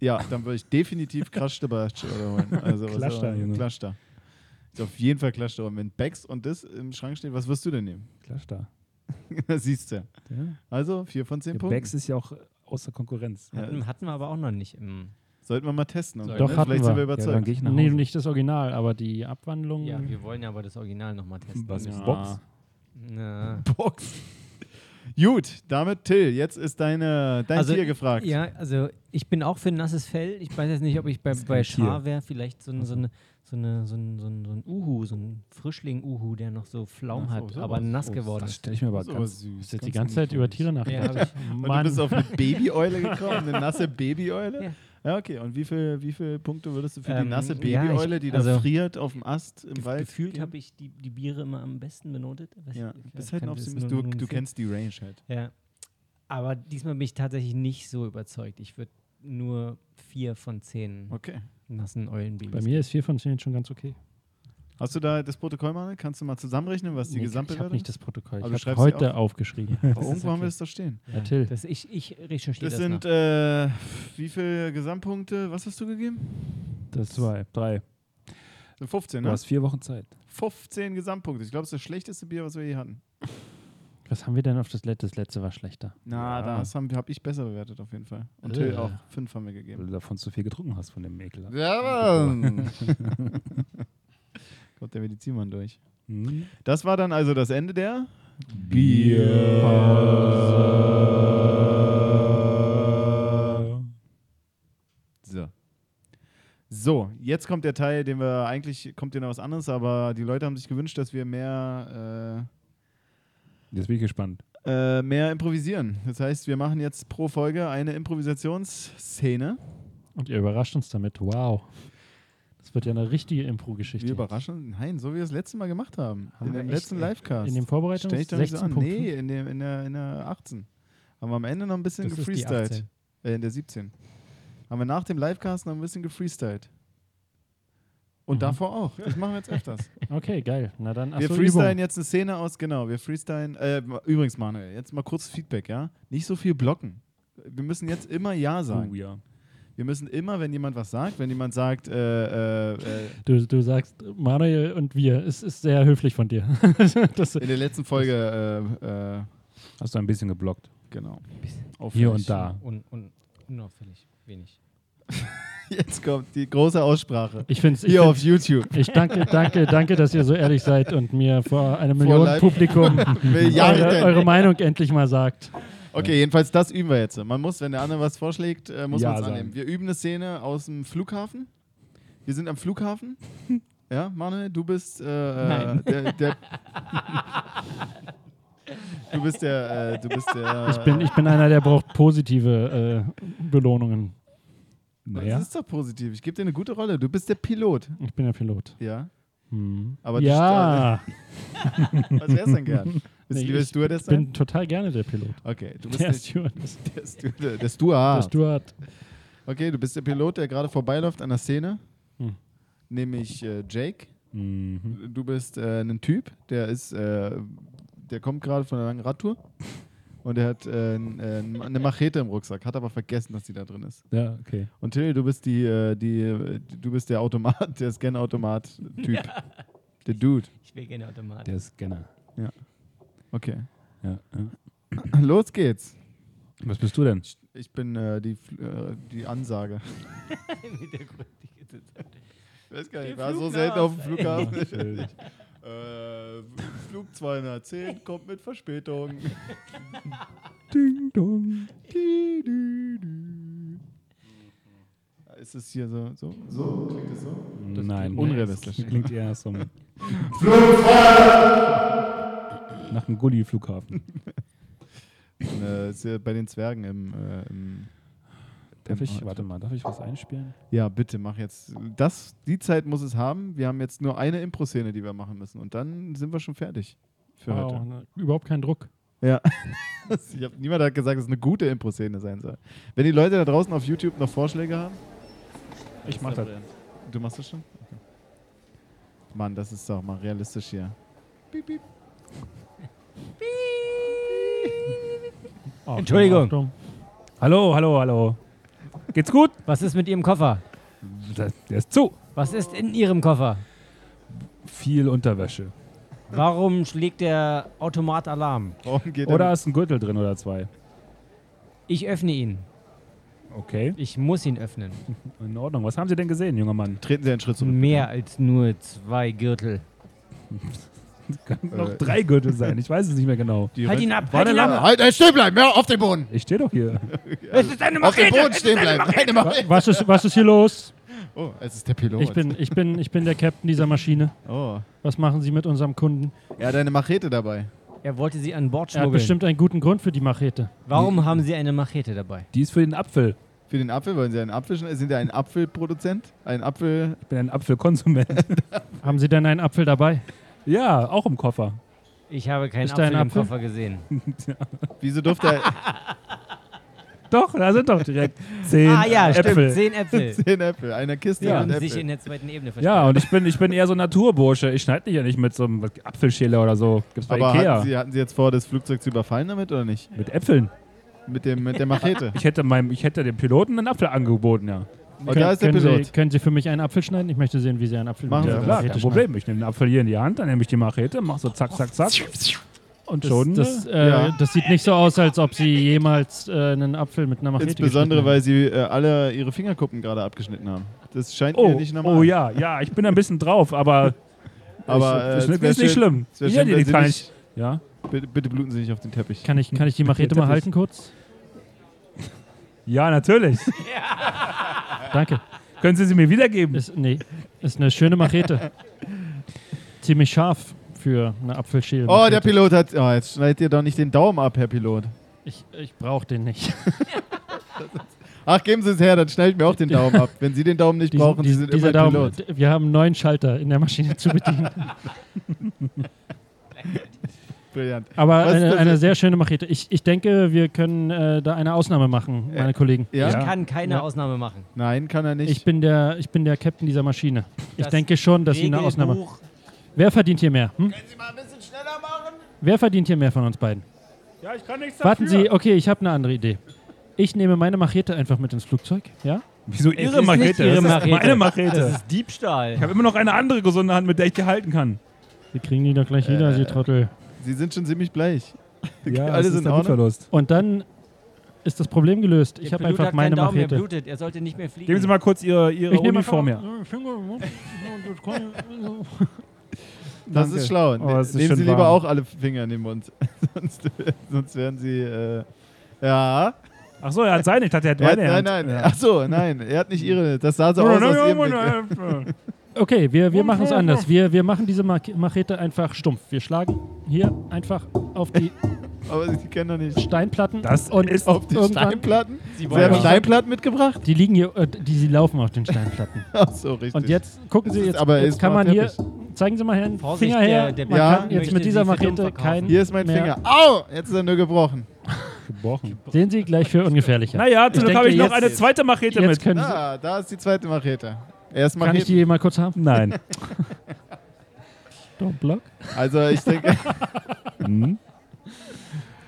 Speaker 2: Ja, dann würde ich definitiv Kraschtebatsch oder holen. Also, was
Speaker 1: Klaschter,
Speaker 2: auch immer.
Speaker 1: Junge.
Speaker 2: Klaschter. Ist auf jeden Fall Klaschter. Und wenn Becks und das im Schrank steht, was wirst du denn nehmen?
Speaker 1: Klashter.
Speaker 2: das siehst du.
Speaker 1: Ja.
Speaker 2: Also 4 von 10
Speaker 1: Der
Speaker 2: Punkten.
Speaker 1: Becks ist ja auch außer Konkurrenz.
Speaker 2: Ja.
Speaker 6: Hatten, hatten wir aber auch noch nicht im.
Speaker 2: Sollten wir mal testen. Und
Speaker 6: Doch,
Speaker 2: dann-
Speaker 3: hatten
Speaker 2: Vielleicht sind
Speaker 3: wir.
Speaker 2: wir
Speaker 1: Ja, dann
Speaker 2: überzeugt.
Speaker 1: gehe ich nach Hause.
Speaker 3: Nee, nicht das Original, aber die Abwandlung.
Speaker 1: Mhm.
Speaker 6: Ja, wir wollen ja aber das Original nochmal testen.
Speaker 1: Was ist
Speaker 2: Ja.
Speaker 1: Box?
Speaker 6: Na.
Speaker 2: Box. Gut, damit Till, jetzt ist deine, dein
Speaker 6: Also,
Speaker 2: Tier gefragt.
Speaker 6: Ja, also ich bin auch für ein nasses Fell. Ich weiß jetzt nicht, ob ich bei,
Speaker 1: ist
Speaker 6: bei
Speaker 1: kein Tier.
Speaker 6: Schar wäre. Vielleicht so, ein- so, eine, so, eine, so, ein, so, ein, so ein Uhu, so ein Frischling-Uhu, der noch so Flaum
Speaker 2: Ach so,
Speaker 6: hat,
Speaker 2: sowas.
Speaker 6: aber nass
Speaker 2: Oh,
Speaker 6: geworden
Speaker 1: Das
Speaker 6: ist.
Speaker 1: stelle ich mir aber
Speaker 2: Das ist aber
Speaker 1: ganz.
Speaker 2: süß.
Speaker 3: Ist jetzt die ganze Zeit über Tiere nachdenken.
Speaker 6: Ja, hab
Speaker 2: also- Und du bist auf eine Babyeule gekommen, eine nasse Babyeule?
Speaker 6: Ja.
Speaker 2: Ja. okay. Und wie viele wie viel Punkte würdest du für
Speaker 6: Ähm,
Speaker 2: die nasse
Speaker 6: ja, ich-
Speaker 2: Babyeule, die da
Speaker 6: also-
Speaker 2: friert auf dem Ast im Wald?
Speaker 6: Gefühlt
Speaker 2: geben?
Speaker 6: habe ich die, die Biere immer am besten benotet. Was
Speaker 2: Ja,
Speaker 6: ich-
Speaker 2: bist
Speaker 6: ich
Speaker 2: halt ein
Speaker 6: kann das
Speaker 2: Optimist.
Speaker 6: nur-
Speaker 2: Du,
Speaker 6: nur
Speaker 2: du
Speaker 6: empfehlen.
Speaker 2: kennst die Range halt.
Speaker 6: Ja. Aber diesmal bin ich tatsächlich nicht so überzeugt. Ich würde nur vier von zehn
Speaker 2: Okay.
Speaker 6: nassen
Speaker 3: Bei
Speaker 6: Eulenbibis.
Speaker 3: mir ist 4 von 10 schon ganz okay.
Speaker 2: Hast du da das Protokoll, Manuel? Kannst du mal zusammenrechnen, was die
Speaker 3: Nee, ich habe
Speaker 2: Gesamtbewertung
Speaker 3: nicht das Protokoll.
Speaker 2: Aber du
Speaker 3: Ich habe
Speaker 2: schreibst sie
Speaker 3: heute aufgeschrieben.
Speaker 2: Aber irgendwo haben wir das doch stehen.
Speaker 3: Ja, Till.
Speaker 6: Das, ich, ich recherchiere
Speaker 2: Das
Speaker 6: das,
Speaker 2: sind
Speaker 6: nach.
Speaker 2: äh, wie viele Gesamtpunkte? Was hast du gegeben?
Speaker 1: Das zwei, drei.
Speaker 2: Das sind 15,
Speaker 1: Du
Speaker 2: ne?
Speaker 1: hast vier Wochen Zeit.
Speaker 2: 15 Gesamtpunkte. Ich glaube, das ist das schlechteste Bier, was wir je hatten.
Speaker 3: Was haben wir denn auf das letzte? Das letzte war schlechter.
Speaker 2: Na,
Speaker 1: Ja.
Speaker 2: das habe hab ich besser bewertet auf jeden Fall. Und
Speaker 3: Äh.
Speaker 2: Till auch. Fünf haben wir
Speaker 1: Weil
Speaker 6: Äh.
Speaker 2: gegeben.
Speaker 1: du davon zu viel getrunken hast von dem Ekel.
Speaker 2: Ja, Mann. Kommt der Medizinmann durch.
Speaker 1: Hm?
Speaker 2: Das war dann also das Ende der So. So, jetzt kommt der Teil, den wir eigentlich, kommt dir noch was anderes, aber die Leute haben sich gewünscht, dass wir mehr,
Speaker 1: Jetzt bin ich gespannt.
Speaker 2: äh, äh, mehr improvisieren. Das heißt, wir machen jetzt pro Folge eine Improvisationsszene.
Speaker 3: Und ihr überrascht uns damit. Wow. Das wird ja eine richtige Impro-Geschichte.
Speaker 2: Wir überraschen, nein, so wie wir es letztes Mal gemacht haben.
Speaker 3: Haben
Speaker 2: in
Speaker 3: wir
Speaker 2: dem
Speaker 3: echt,
Speaker 2: letzten
Speaker 3: äh,
Speaker 2: Livecast.
Speaker 3: In dem Vorbereitungs
Speaker 2: Stell ich doch nicht so an.
Speaker 3: 16.5?
Speaker 2: Nee, in, dem, in, der, in der 18. Haben wir am Ende noch ein bisschen
Speaker 6: Das ist die
Speaker 2: gefreestylt.
Speaker 6: 18.
Speaker 2: Äh, in der 17. Haben wir nach dem Livecast noch ein bisschen gefreestylt. Und
Speaker 3: Mhm.
Speaker 2: davor auch. Das machen wir jetzt öfters.
Speaker 3: Okay, geil. Na dann,
Speaker 2: wir
Speaker 3: achso,
Speaker 2: freestylen
Speaker 3: Übung.
Speaker 2: jetzt eine Szene aus, genau. Wir freestylen. Äh, ma- übrigens, Manuel, jetzt mal kurz Feedback, ja? Nicht so viel blocken. Wir müssen jetzt immer Ja sagen.
Speaker 1: Oh, ja.
Speaker 2: Wir müssen immer, wenn jemand was sagt, wenn jemand sagt, äh, äh, äh,
Speaker 3: Du, du sagst Manuel und wir. Es ist sehr höflich von dir. das,
Speaker 2: in der letzten Folge, äh, äh,
Speaker 1: Hast du ein bisschen geblockt.
Speaker 2: genau.
Speaker 1: Hier und da.
Speaker 6: Un, un, unauffällig. Wenig.
Speaker 2: Jetzt kommt die große Aussprache.
Speaker 3: ich finde es.
Speaker 2: Hier auf YouTube.
Speaker 3: Ich danke, danke, danke, dass ihr so ehrlich seid und mir vor einem Millionen
Speaker 2: live-
Speaker 3: Publikum eure,
Speaker 2: Milliarden.
Speaker 3: eure Meinung endlich mal sagt.
Speaker 2: Okay, jedenfalls das üben wir jetzt. Man muss, wenn der andere was vorschlägt, äh, muss
Speaker 1: Ja
Speaker 2: man es
Speaker 1: sagen.
Speaker 2: annehmen. Wir üben eine Szene aus dem Flughafen. Wir sind am Flughafen. Ja, Manuel, du bist äh, äh,
Speaker 6: Nein.
Speaker 2: der, der Du bist der äh, du bist der
Speaker 3: Ich bin, ich bin einer, der braucht positive äh, Belohnungen.
Speaker 2: Das ist doch positiv. Ich gebe dir eine gute Rolle. Du bist der Pilot.
Speaker 3: Ich bin der Pilot.
Speaker 2: Ja.
Speaker 3: Hm.
Speaker 2: Aber die
Speaker 3: ja,
Speaker 2: Was wär's denn gern? Willst
Speaker 3: Nee,
Speaker 2: du lieber
Speaker 3: ich
Speaker 2: Stewardess
Speaker 3: ich
Speaker 2: sein?
Speaker 3: bin total gerne der Pilot.
Speaker 2: Okay, du bist
Speaker 3: Der
Speaker 2: der,
Speaker 3: Steward.
Speaker 2: der, Steward- der
Speaker 3: Der
Speaker 2: Steward.
Speaker 3: Steward.
Speaker 2: Okay, du bist der Pilot, der gerade vorbeiläuft an der Szene.
Speaker 3: Hm.
Speaker 2: Nämlich äh, Jake.
Speaker 1: Mhm.
Speaker 2: Du bist äh, ein Typ, der ist, äh, der kommt gerade von einer langen Radtour und der hat äh, n- äh, n- eine Machete im Rucksack, hat aber vergessen, dass die da drin ist.
Speaker 1: Ja, okay.
Speaker 2: Und Till, du bist die, äh, die, äh, du bist der Automat, der Scan-Automat-Typ. Der Dude.
Speaker 6: Ich will gerne Automat.
Speaker 1: Der Scanner.
Speaker 2: Okay.
Speaker 1: Ja, ja.
Speaker 2: Los geht's.
Speaker 1: Was bist du denn?
Speaker 2: Ich bin äh, die, Fl- äh, die Ansage.
Speaker 6: Im Hintergrund die ganze Zeit.
Speaker 2: Ich weiß gar
Speaker 6: Der
Speaker 2: nicht, ich war so
Speaker 6: Flughafen,
Speaker 2: selten auf dem
Speaker 6: ey.
Speaker 2: Flughafen. Äh, Flug 210 kommt mit Verspätung.
Speaker 1: Ding dong.
Speaker 2: Di, di, di. Ist es hier so? So, so klingt es so?
Speaker 1: Nein.
Speaker 2: unrealistisch.
Speaker 1: Das Klingt eher so. Flugfeuer! Nach einem Gulli-Flughafen.
Speaker 2: Äh, ist ja bei den Zwergen im, äh, im.
Speaker 1: Darf ich, warte mal, darf ich was einspielen?
Speaker 2: Ja, bitte mach jetzt. Das, die Zeit muss es haben. Wir haben jetzt nur eine Impro-Szene, die wir machen müssen. Und dann sind wir schon fertig für
Speaker 3: Wow,
Speaker 2: heute.
Speaker 3: ne, überhaupt kein Druck.
Speaker 2: Ja. ich hab, niemand hat gesagt, dass es eine gute Impro-Szene sein soll. Wenn die Leute da draußen auf YouTube noch Vorschläge haben.
Speaker 1: Ich mach das.
Speaker 2: Du machst das schon? Okay. Mann, das ist doch mal realistisch hier. Piep, piep.
Speaker 1: Oh,
Speaker 3: Achtung,
Speaker 6: Entschuldigung.
Speaker 3: Achtung.
Speaker 1: Hallo, hallo, hallo. Geht's gut?
Speaker 6: Was ist mit Ihrem Koffer?
Speaker 1: Der der ist zu.
Speaker 6: Was ist in Ihrem Koffer?
Speaker 1: Viel Unterwäsche.
Speaker 6: Warum schlägt der Automat Alarm?
Speaker 2: Warum geht
Speaker 1: Oder
Speaker 2: er-
Speaker 1: ist ein Gürtel drin oder zwei?
Speaker 6: Ich öffne ihn.
Speaker 1: Okay,
Speaker 6: Ich muss ihn öffnen.
Speaker 1: in Ordnung. Was haben Sie denn gesehen, junger Mann?
Speaker 2: Treten Sie einen Schritt zurück.
Speaker 3: ne?
Speaker 6: Mehr als nur zwei Gürtel.
Speaker 1: Kann noch
Speaker 2: Äh.
Speaker 1: drei Gürtel sein. Ich weiß es nicht mehr genau.
Speaker 2: Die
Speaker 6: Halt
Speaker 2: Rück-
Speaker 6: ihn ab! Halt
Speaker 1: Warte,
Speaker 6: ihn
Speaker 1: la-
Speaker 6: ab!
Speaker 2: Halt, halt, stehen bleiben! Ja, auf den Boden!
Speaker 1: Ich stehe doch hier.
Speaker 6: Es ist eine
Speaker 2: Auf den
Speaker 6: Machete!
Speaker 2: Boden stehen bleiben! Eine Machete.
Speaker 3: Was ist, was ist hier los?
Speaker 2: Oh, es ist der Pilot.
Speaker 3: Ich bin, ich, bin, ich bin der Captain dieser Maschine.
Speaker 2: Oh.
Speaker 3: Was machen Sie mit unserem Kunden?
Speaker 2: Er hat eine Machete dabei.
Speaker 6: Er wollte sie an Bord
Speaker 3: Er hat
Speaker 6: schmuggeln.
Speaker 3: bestimmt einen guten Grund für die Machete.
Speaker 6: Warum haben Sie eine Machete dabei?
Speaker 1: Die ist für den Apfel.
Speaker 2: Für den Apfel, wollen Sie einen Apfel schneiden? Sind Sie ein Apfelproduzent? Ein Apfel.
Speaker 1: Ich bin ein Apfelkonsument.
Speaker 3: Haben Sie denn einen Apfel dabei?
Speaker 1: ja, auch im Koffer.
Speaker 6: Ich habe keinen
Speaker 3: Ist da
Speaker 6: Apfel
Speaker 3: ein
Speaker 6: im
Speaker 3: Apfel?
Speaker 6: Koffer gesehen.
Speaker 2: Wieso durfte er
Speaker 1: Doch, da sind doch direkt zehn
Speaker 6: ah ja, stimmt.
Speaker 1: Äpfel.
Speaker 6: Zehn Äpfel.
Speaker 2: den Äpfel? Eine Kiste
Speaker 6: Sie
Speaker 2: ja,
Speaker 6: haben
Speaker 2: und
Speaker 6: sich
Speaker 2: Äpfel.
Speaker 6: in der zweiten Ebene
Speaker 1: Ja,
Speaker 6: versteckt.
Speaker 1: und ich bin, ich bin eher so ein Naturbursche. Ich schneide mich ja nicht mit so einem Apfelschäler oder so. Gibt's bei
Speaker 2: Aber
Speaker 1: Ikea.
Speaker 2: hatten Sie, hatten Sie jetzt vor, das Flugzeug zu überfallen damit oder nicht?
Speaker 1: mit Äpfeln.
Speaker 2: Mit, dem, mit der Machete.
Speaker 1: Ich hätte, meinem, ich hätte dem Piloten einen Apfel angeboten, ja.
Speaker 2: Und da ist Oh, der
Speaker 3: können,
Speaker 2: Pilot.
Speaker 3: Sie, können Sie für mich einen Apfel schneiden? Ich möchte sehen, wie Sie einen Apfel
Speaker 2: Machen
Speaker 3: mit
Speaker 2: Sie
Speaker 3: der
Speaker 1: Also
Speaker 2: das.
Speaker 1: Klar,
Speaker 3: Machete
Speaker 1: kein
Speaker 3: schneiden.
Speaker 1: Problem. Ich nehme den Apfel hier in die Hand, dann nehme ich die Machete, mach so zack, zack, zack. Und schon.
Speaker 3: Das, das,
Speaker 1: äh,
Speaker 3: äh,
Speaker 2: ne? Ja.
Speaker 3: das sieht nicht so aus, als ob Sie jemals äh, einen Apfel mit einer Machete
Speaker 2: Insbesondere,
Speaker 3: geschnitten
Speaker 2: weil Sie äh, alle Ihre Fingerkuppen gerade abgeschnitten haben. Das scheint mir
Speaker 1: oh,
Speaker 2: nicht normal.
Speaker 1: oh ja, ja, ich bin ein bisschen drauf, aber.
Speaker 2: Aber,
Speaker 1: ich,
Speaker 2: äh,
Speaker 1: ich,
Speaker 2: es wär
Speaker 1: ist nicht
Speaker 2: schön-
Speaker 1: schlimm.
Speaker 2: es wär
Speaker 1: Hier,
Speaker 2: schön,
Speaker 1: die,
Speaker 2: wenn
Speaker 1: die
Speaker 2: Sie
Speaker 1: kleinen-
Speaker 2: nicht-
Speaker 1: Ja,
Speaker 2: Bitte, bitte bluten Sie nicht auf den Teppich.
Speaker 3: haben. Kann ich, kann ich die Machete mal
Speaker 1: Teppich.
Speaker 3: halten kurz?
Speaker 1: ja, natürlich.
Speaker 3: Danke.
Speaker 1: Können Sie sie mir wiedergeben?
Speaker 3: Ist, nee, ist eine schöne Machete. Ziemlich scharf für eine Apfelschäle.
Speaker 2: Oh, der Pilot hat. Oh, jetzt schneidet ihr doch nicht den Daumen ab, Herr Pilot.
Speaker 3: Ich, ich brauche den nicht.
Speaker 2: Ach, geben Sie es her, dann schneidet mir auch den Daumen ab. Wenn Sie den Daumen nicht brauchen, Sie sind
Speaker 3: dieser
Speaker 2: immer
Speaker 3: Daumen,
Speaker 2: Pilot.
Speaker 3: wir haben einen neuen Schalter in der Maschine zu bedienen.
Speaker 2: Brillant.
Speaker 3: Aber
Speaker 2: Was ist
Speaker 3: eine,
Speaker 2: das?
Speaker 3: eine sehr schöne Machete. Ich, ich denke, wir können äh, da eine Ausnahme machen, meine Kollegen.
Speaker 2: Ja?
Speaker 6: Ich kann keine
Speaker 3: Ja.
Speaker 6: Ausnahme machen.
Speaker 2: Nein, kann er nicht.
Speaker 3: Ich bin der, ich bin der Captain dieser Maschine. Ich
Speaker 6: Das
Speaker 3: denke schon, dass sie eine Ausnahme.
Speaker 6: Regelbuch-
Speaker 3: Wer verdient hier mehr? Hm?
Speaker 2: Können Sie mal ein bisschen schneller machen?
Speaker 3: Wer verdient hier mehr von uns beiden?
Speaker 1: Ja, ich kann nichts
Speaker 3: Warten Sie, okay, ich habe eine andere Idee. Ich nehme meine Machete einfach mit ins Flugzeug, ja?
Speaker 1: Wieso
Speaker 6: Es
Speaker 1: Ihre
Speaker 6: ist nicht
Speaker 1: Machete?
Speaker 6: Ihre
Speaker 1: Das ist
Speaker 6: Machete.
Speaker 1: meine
Speaker 6: Das
Speaker 1: Machete.
Speaker 6: ist Diebstahl.
Speaker 1: Ich habe immer noch eine andere gesunde Hand, mit der ich die halten kann.
Speaker 3: Wir kriegen die doch gleich wieder, Sie Trottel.
Speaker 2: Sie sind schon ziemlich bleich.
Speaker 1: Ja,
Speaker 2: Alle sind in Ordnung.
Speaker 1: Blutverlust.
Speaker 3: Und dann ist das Problem gelöst. Ich
Speaker 6: Der
Speaker 3: habe
Speaker 6: Pilot
Speaker 3: einfach
Speaker 6: hat
Speaker 3: meine
Speaker 6: keinen Daumen, Er
Speaker 3: Machete.
Speaker 6: blutet, er sollte nicht mehr fliegen.
Speaker 1: Geben Sie mal kurz Ihre, Ihre
Speaker 3: nehme
Speaker 1: Uniform her.
Speaker 2: Das
Speaker 1: Danke.
Speaker 2: ist schlau.
Speaker 1: Oh, es ist
Speaker 2: Nehmen
Speaker 1: schön
Speaker 2: Sie lieber
Speaker 1: warm.
Speaker 2: auch alle Finger in den Mund. sonst, sonst werden Sie. Äh, ja.
Speaker 1: Ach so, er hat seine. Ich dachte, er hat
Speaker 2: Er hat,
Speaker 1: meine.
Speaker 2: nein,
Speaker 1: Hand.
Speaker 2: nein. Ach so, nein. Er hat nicht Ihre. Das sah so aus aus Ihrem Blick.
Speaker 1: Ja.
Speaker 3: Okay, wir, wir machen es anders. Wir, wir machen diese Mach- Machete einfach stumpf. Wir schlagen hier einfach auf die
Speaker 2: Aber Sie kennen doch nicht.
Speaker 3: Steinplatten
Speaker 1: Das
Speaker 3: und
Speaker 1: ist
Speaker 2: Auf die
Speaker 3: irgendwann-
Speaker 2: Steinplatten? Sie,
Speaker 6: wollen
Speaker 2: haben
Speaker 6: doch-
Speaker 2: Steinplatten mitgebracht?
Speaker 3: Die liegen hier, äh, die sie laufen auf den Steinplatten.
Speaker 2: Ach so, richtig.
Speaker 3: Und jetzt gucken
Speaker 2: Das
Speaker 3: Sie,
Speaker 2: ist
Speaker 3: jetzt,
Speaker 2: aber-
Speaker 3: jetzt
Speaker 2: ist
Speaker 3: kann man hier,
Speaker 2: mathematisch.
Speaker 3: zeigen Sie mal her, einen
Speaker 6: Vorsicht,
Speaker 3: Finger her.
Speaker 6: der- der
Speaker 3: man
Speaker 2: Ja.
Speaker 3: kann jetzt
Speaker 6: möchte
Speaker 3: mit dieser
Speaker 6: sie für dumm
Speaker 3: Machete
Speaker 6: verkaufen.
Speaker 3: keinen.
Speaker 2: Hier ist mein
Speaker 3: mehr-
Speaker 2: Finger. Au! Jetzt ist er nur gebrochen.
Speaker 1: Gebrochen.
Speaker 3: Sehen Sie gleich für ungefährlicher.
Speaker 1: Naja, zum
Speaker 3: Ich
Speaker 1: Glück habe ich
Speaker 3: denke,
Speaker 1: noch eine
Speaker 2: jetzt-
Speaker 1: zweite Machete
Speaker 3: Jetzt
Speaker 1: mit.
Speaker 3: können Sie,
Speaker 2: Da, Ah, da ist die zweite Machete. Erst
Speaker 3: kann ich
Speaker 2: Machete.
Speaker 3: die mal kurz haben?
Speaker 1: Nein.
Speaker 3: Don't block.
Speaker 2: Also ich denke,
Speaker 1: Hm.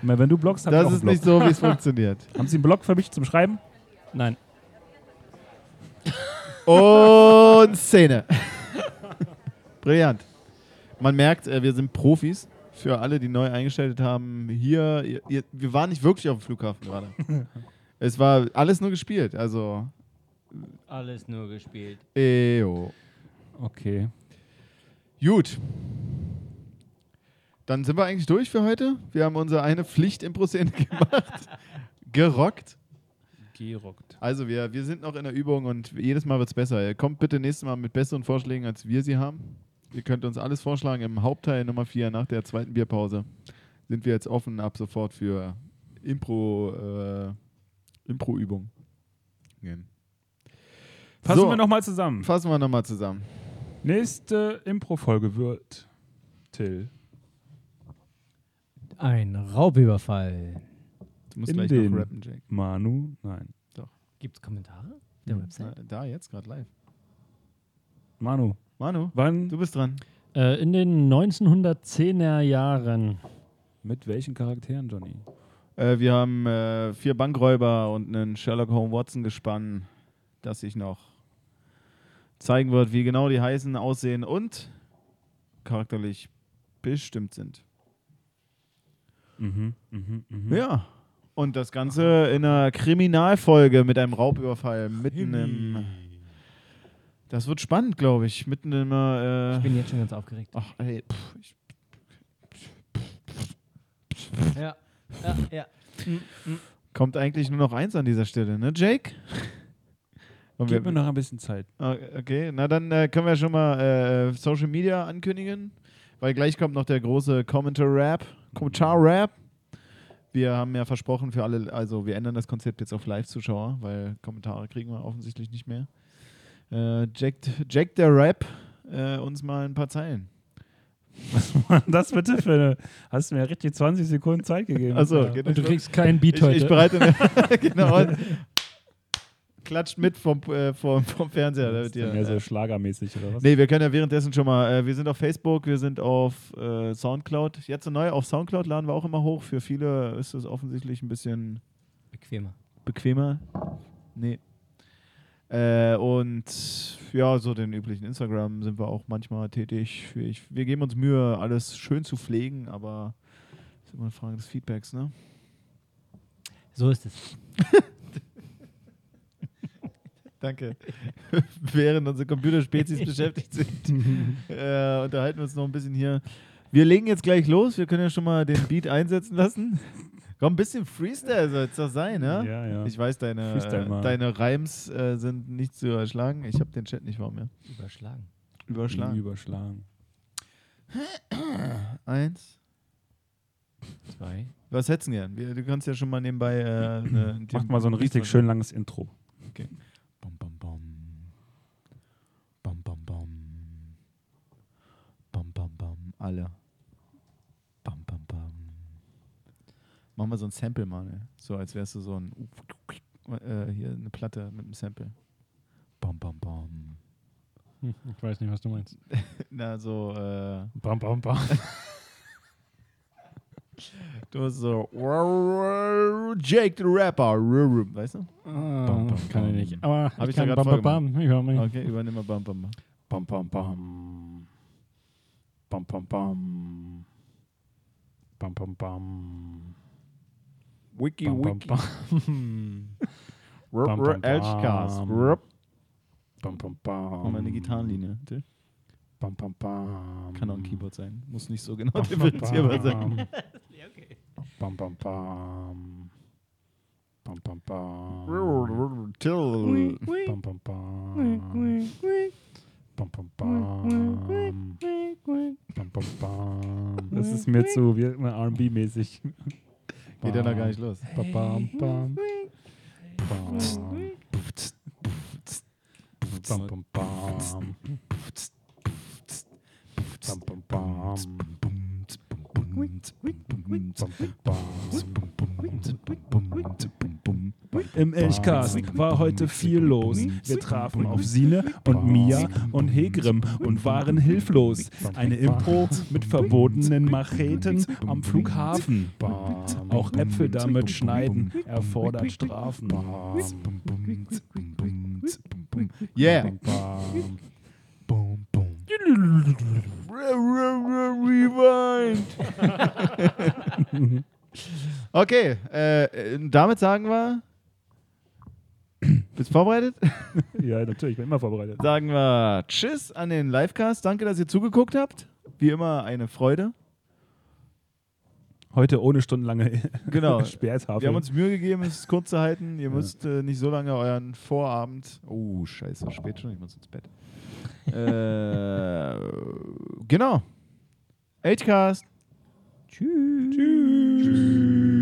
Speaker 1: Na, Wenn du blockst, hab ich auch
Speaker 2: das
Speaker 1: einen
Speaker 2: ist
Speaker 1: Block.
Speaker 2: nicht so, wie es funktioniert.
Speaker 1: Haben Sie einen Block für mich zum Schreiben?
Speaker 3: Nein.
Speaker 2: Und Szene. Brillant. Man merkt, äh, wir sind Profis. Für alle, die neu eingeschaltet haben, hier, ihr, ihr, wir waren nicht wirklich auf dem Flughafen gerade. es war alles nur gespielt. Also,
Speaker 6: Alles nur gespielt.
Speaker 2: ejo.
Speaker 1: Okay.
Speaker 2: Gut. Dann sind wir eigentlich durch für heute. Wir haben unsere eine Pflicht-Impro-Szene gemacht. Gerockt.
Speaker 1: Gerockt.
Speaker 2: Also, wir, wir sind noch in der Übung und jedes Mal wird es besser. Ihr kommt bitte nächstes Mal mit besseren Vorschlägen, als wir sie haben. Ihr könnt uns alles vorschlagen. Im Hauptteil Nummer 4 nach der zweiten Bierpause sind wir jetzt offen ab sofort für Impro, äh, Impro-Übungen.
Speaker 1: Fassen
Speaker 2: So.
Speaker 1: wir nochmal zusammen.
Speaker 2: Fassen wir nochmal zusammen.
Speaker 1: Nächste Impro-Folge wird Till
Speaker 6: Ein Raubüberfall.
Speaker 2: Du musst
Speaker 1: In
Speaker 2: gleich
Speaker 1: den-
Speaker 2: noch rappen, Jake.
Speaker 1: Manu. Nein.
Speaker 6: Gibt's Kommentare? Der Website?
Speaker 2: Na, Da, jetzt gerade live.
Speaker 1: Manu.
Speaker 2: Manu,
Speaker 1: Wann?
Speaker 2: du bist dran.
Speaker 3: Äh, in den 1910er Jahren.
Speaker 1: Mit welchen Charakteren, Johnny?
Speaker 2: Äh, wir haben äh, vier Bankräuber und einen Sherlock Holmes Watson gespannt, das sich noch zeigen wird, wie genau die heißen, aussehen und charakterlich bestimmt sind.
Speaker 1: Mhm. Mhm. Mhm.
Speaker 2: Ja. Und das Ganze in einer Kriminalfolge mit einem Raubüberfall mitten im. Das wird spannend, glaube ich. Mitten im.
Speaker 6: Ich
Speaker 2: Äh,
Speaker 6: bin jetzt schon ganz aufgeregt.
Speaker 2: ach, ey, pff, ich
Speaker 6: Ja. Ja, ja.
Speaker 2: kommt eigentlich nur noch eins an dieser Stelle, ne, Jake? Und
Speaker 1: Gib mir noch ein bisschen Zeit.
Speaker 2: Ah, Okay, na dann äh, können wir schon mal äh, Social Media ankündigen, weil gleich kommt noch der große Commentar-Rap. Kommentar-Rap. Wir haben ja versprochen für alle, also wir ändern das Konzept jetzt auf Live-Zuschauer, weil Kommentare kriegen wir offensichtlich nicht mehr. Äh, jackt, jackt der Rap äh, uns mal ein paar Zeilen.
Speaker 1: das bitte für eine. Hast du mir richtig 20 Sekunden Zeit gegeben.
Speaker 2: Achso,
Speaker 1: Ja.
Speaker 2: geht
Speaker 3: Und du
Speaker 2: nicht
Speaker 3: kriegst keinen Beat
Speaker 2: ich,
Speaker 3: heute.
Speaker 2: ich bereite mir. genau. Und klatscht mit vom, äh, vom, vom Fernseher.
Speaker 1: Das
Speaker 2: Damit
Speaker 1: ist
Speaker 2: ihr,
Speaker 1: dann mehr
Speaker 2: äh,
Speaker 1: so schlagermäßig oder was?
Speaker 2: Nee, wir können ja währenddessen schon mal, äh, wir sind auf Facebook, wir sind auf äh, Soundcloud. Jetzt so neu auf Soundcloud laden wir auch immer hoch. Für viele ist es offensichtlich ein bisschen
Speaker 6: Bequemer.
Speaker 2: bequemer. Nee. Äh, und ja, so den üblichen Instagram sind wir auch manchmal tätig. Wir, ich, wir geben uns Mühe, alles schön zu pflegen, aber ist immer eine Frage des Feedbacks, ne?
Speaker 6: So ist es.
Speaker 2: Danke. Während unsere Computerspezies beschäftigt sind, äh, unterhalten wir uns noch ein bisschen hier. Wir legen jetzt gleich los. Wir können ja schon mal den Beat einsetzen lassen. Komm, ein bisschen Freestyle soll es doch sein, ne?
Speaker 1: Ja, ja.
Speaker 2: Ich weiß, deine,
Speaker 1: Freestyle mal.
Speaker 2: äh, deine Reims äh, sind nicht zu erschlagen. Ich habe den Chat nicht vor mir.
Speaker 6: Überschlagen.
Speaker 2: Überschlagen.
Speaker 1: Überschlagen.
Speaker 2: Eins.
Speaker 6: Zwei.
Speaker 2: Was hättest du gern? Wir- Du kannst ja schon mal nebenbei. Äh, ne,
Speaker 1: Macht mal so ein richtig schön langes Intro.
Speaker 2: Bom, bom, bom. Bom, bom, bom. Bom, bom, bom. Alle. Bom, bom, bom. Mach mal so ein Sample, Mann. ey. So, als wärst du so ein. Äh, hier eine Platte mit einem Sample. Bom, bom, bom.
Speaker 3: Hm, ich weiß nicht, was du meinst.
Speaker 2: Na, so. Äh,
Speaker 3: Bam, bam, bam.
Speaker 2: du hast so. Jake the Rapper. Weißt du?
Speaker 3: Ah,
Speaker 2: bam,
Speaker 3: kann
Speaker 2: bam.
Speaker 3: ich nicht. Aber
Speaker 2: Hab ich
Speaker 3: kann
Speaker 2: da grad
Speaker 3: bam, bam, bam. Ich hör mal nicht.
Speaker 2: Okay, übernimm mal Bam, Bam, Bam.
Speaker 3: Bam, bam, bam. Bam, bam, bam. Bam, bam, bam.
Speaker 2: Wiki,
Speaker 3: Bam, bam,
Speaker 2: Wiki.
Speaker 3: bam.
Speaker 2: Rup,
Speaker 3: Bam,
Speaker 2: rup,
Speaker 3: bam,
Speaker 2: Edgecast.
Speaker 3: bam.
Speaker 2: Rup.
Speaker 3: Bam, bam,
Speaker 2: Mach
Speaker 3: bam.
Speaker 2: mal eine Gitarrenlinie. bitte.
Speaker 3: Bam, bam, bam.
Speaker 2: Kann auch ein Keyboard sein. Muss nicht so genau
Speaker 3: Bam, bam,
Speaker 2: differenzierbar sein.
Speaker 3: bam.
Speaker 6: Ja, okay.
Speaker 3: Bam, bam, bam. Bam, bam, bam.
Speaker 2: Till.
Speaker 3: Bam, bam, bam. Bam, bam, bam. Bam, bam, bam.
Speaker 1: Das ist mir zu wie RB-mäßig.
Speaker 2: äh, Geht ja noch gar nicht los.
Speaker 3: Bam, bam, Mhm. bam. Bam, bam, bam, bam. Bam, bam, bam. Bam, bam, bam.
Speaker 1: Im Elchcast war heute viel los. Wir trafen auf Sine und Mia und Hegrim und waren hilflos. Eine Impro mit verbotenen Macheten am Flughafen.
Speaker 3: Bam.
Speaker 1: Auch Äpfel damit schneiden erfordert Strafen.
Speaker 2: Yeah.
Speaker 3: Bam.
Speaker 2: Rewind. Okay, äh, damit sagen wir. Bist du vorbereitet?
Speaker 1: Ja, natürlich, ich bin immer vorbereitet.
Speaker 2: Sagen wir Tschüss an den Livecast. Danke, dass ihr zugeguckt habt. Wie immer eine Freude.
Speaker 1: Heute ohne stundenlange
Speaker 2: Genau.
Speaker 1: Sperrtafel.
Speaker 2: Wir haben uns Mühe gegeben, es kurz zu halten. Ihr müsst äh, nicht so lange euren Vorabend. Oh, scheiße, spät schon, ich muss ins Bett. äh, genau. Agecast. Tschüss. Tschüss.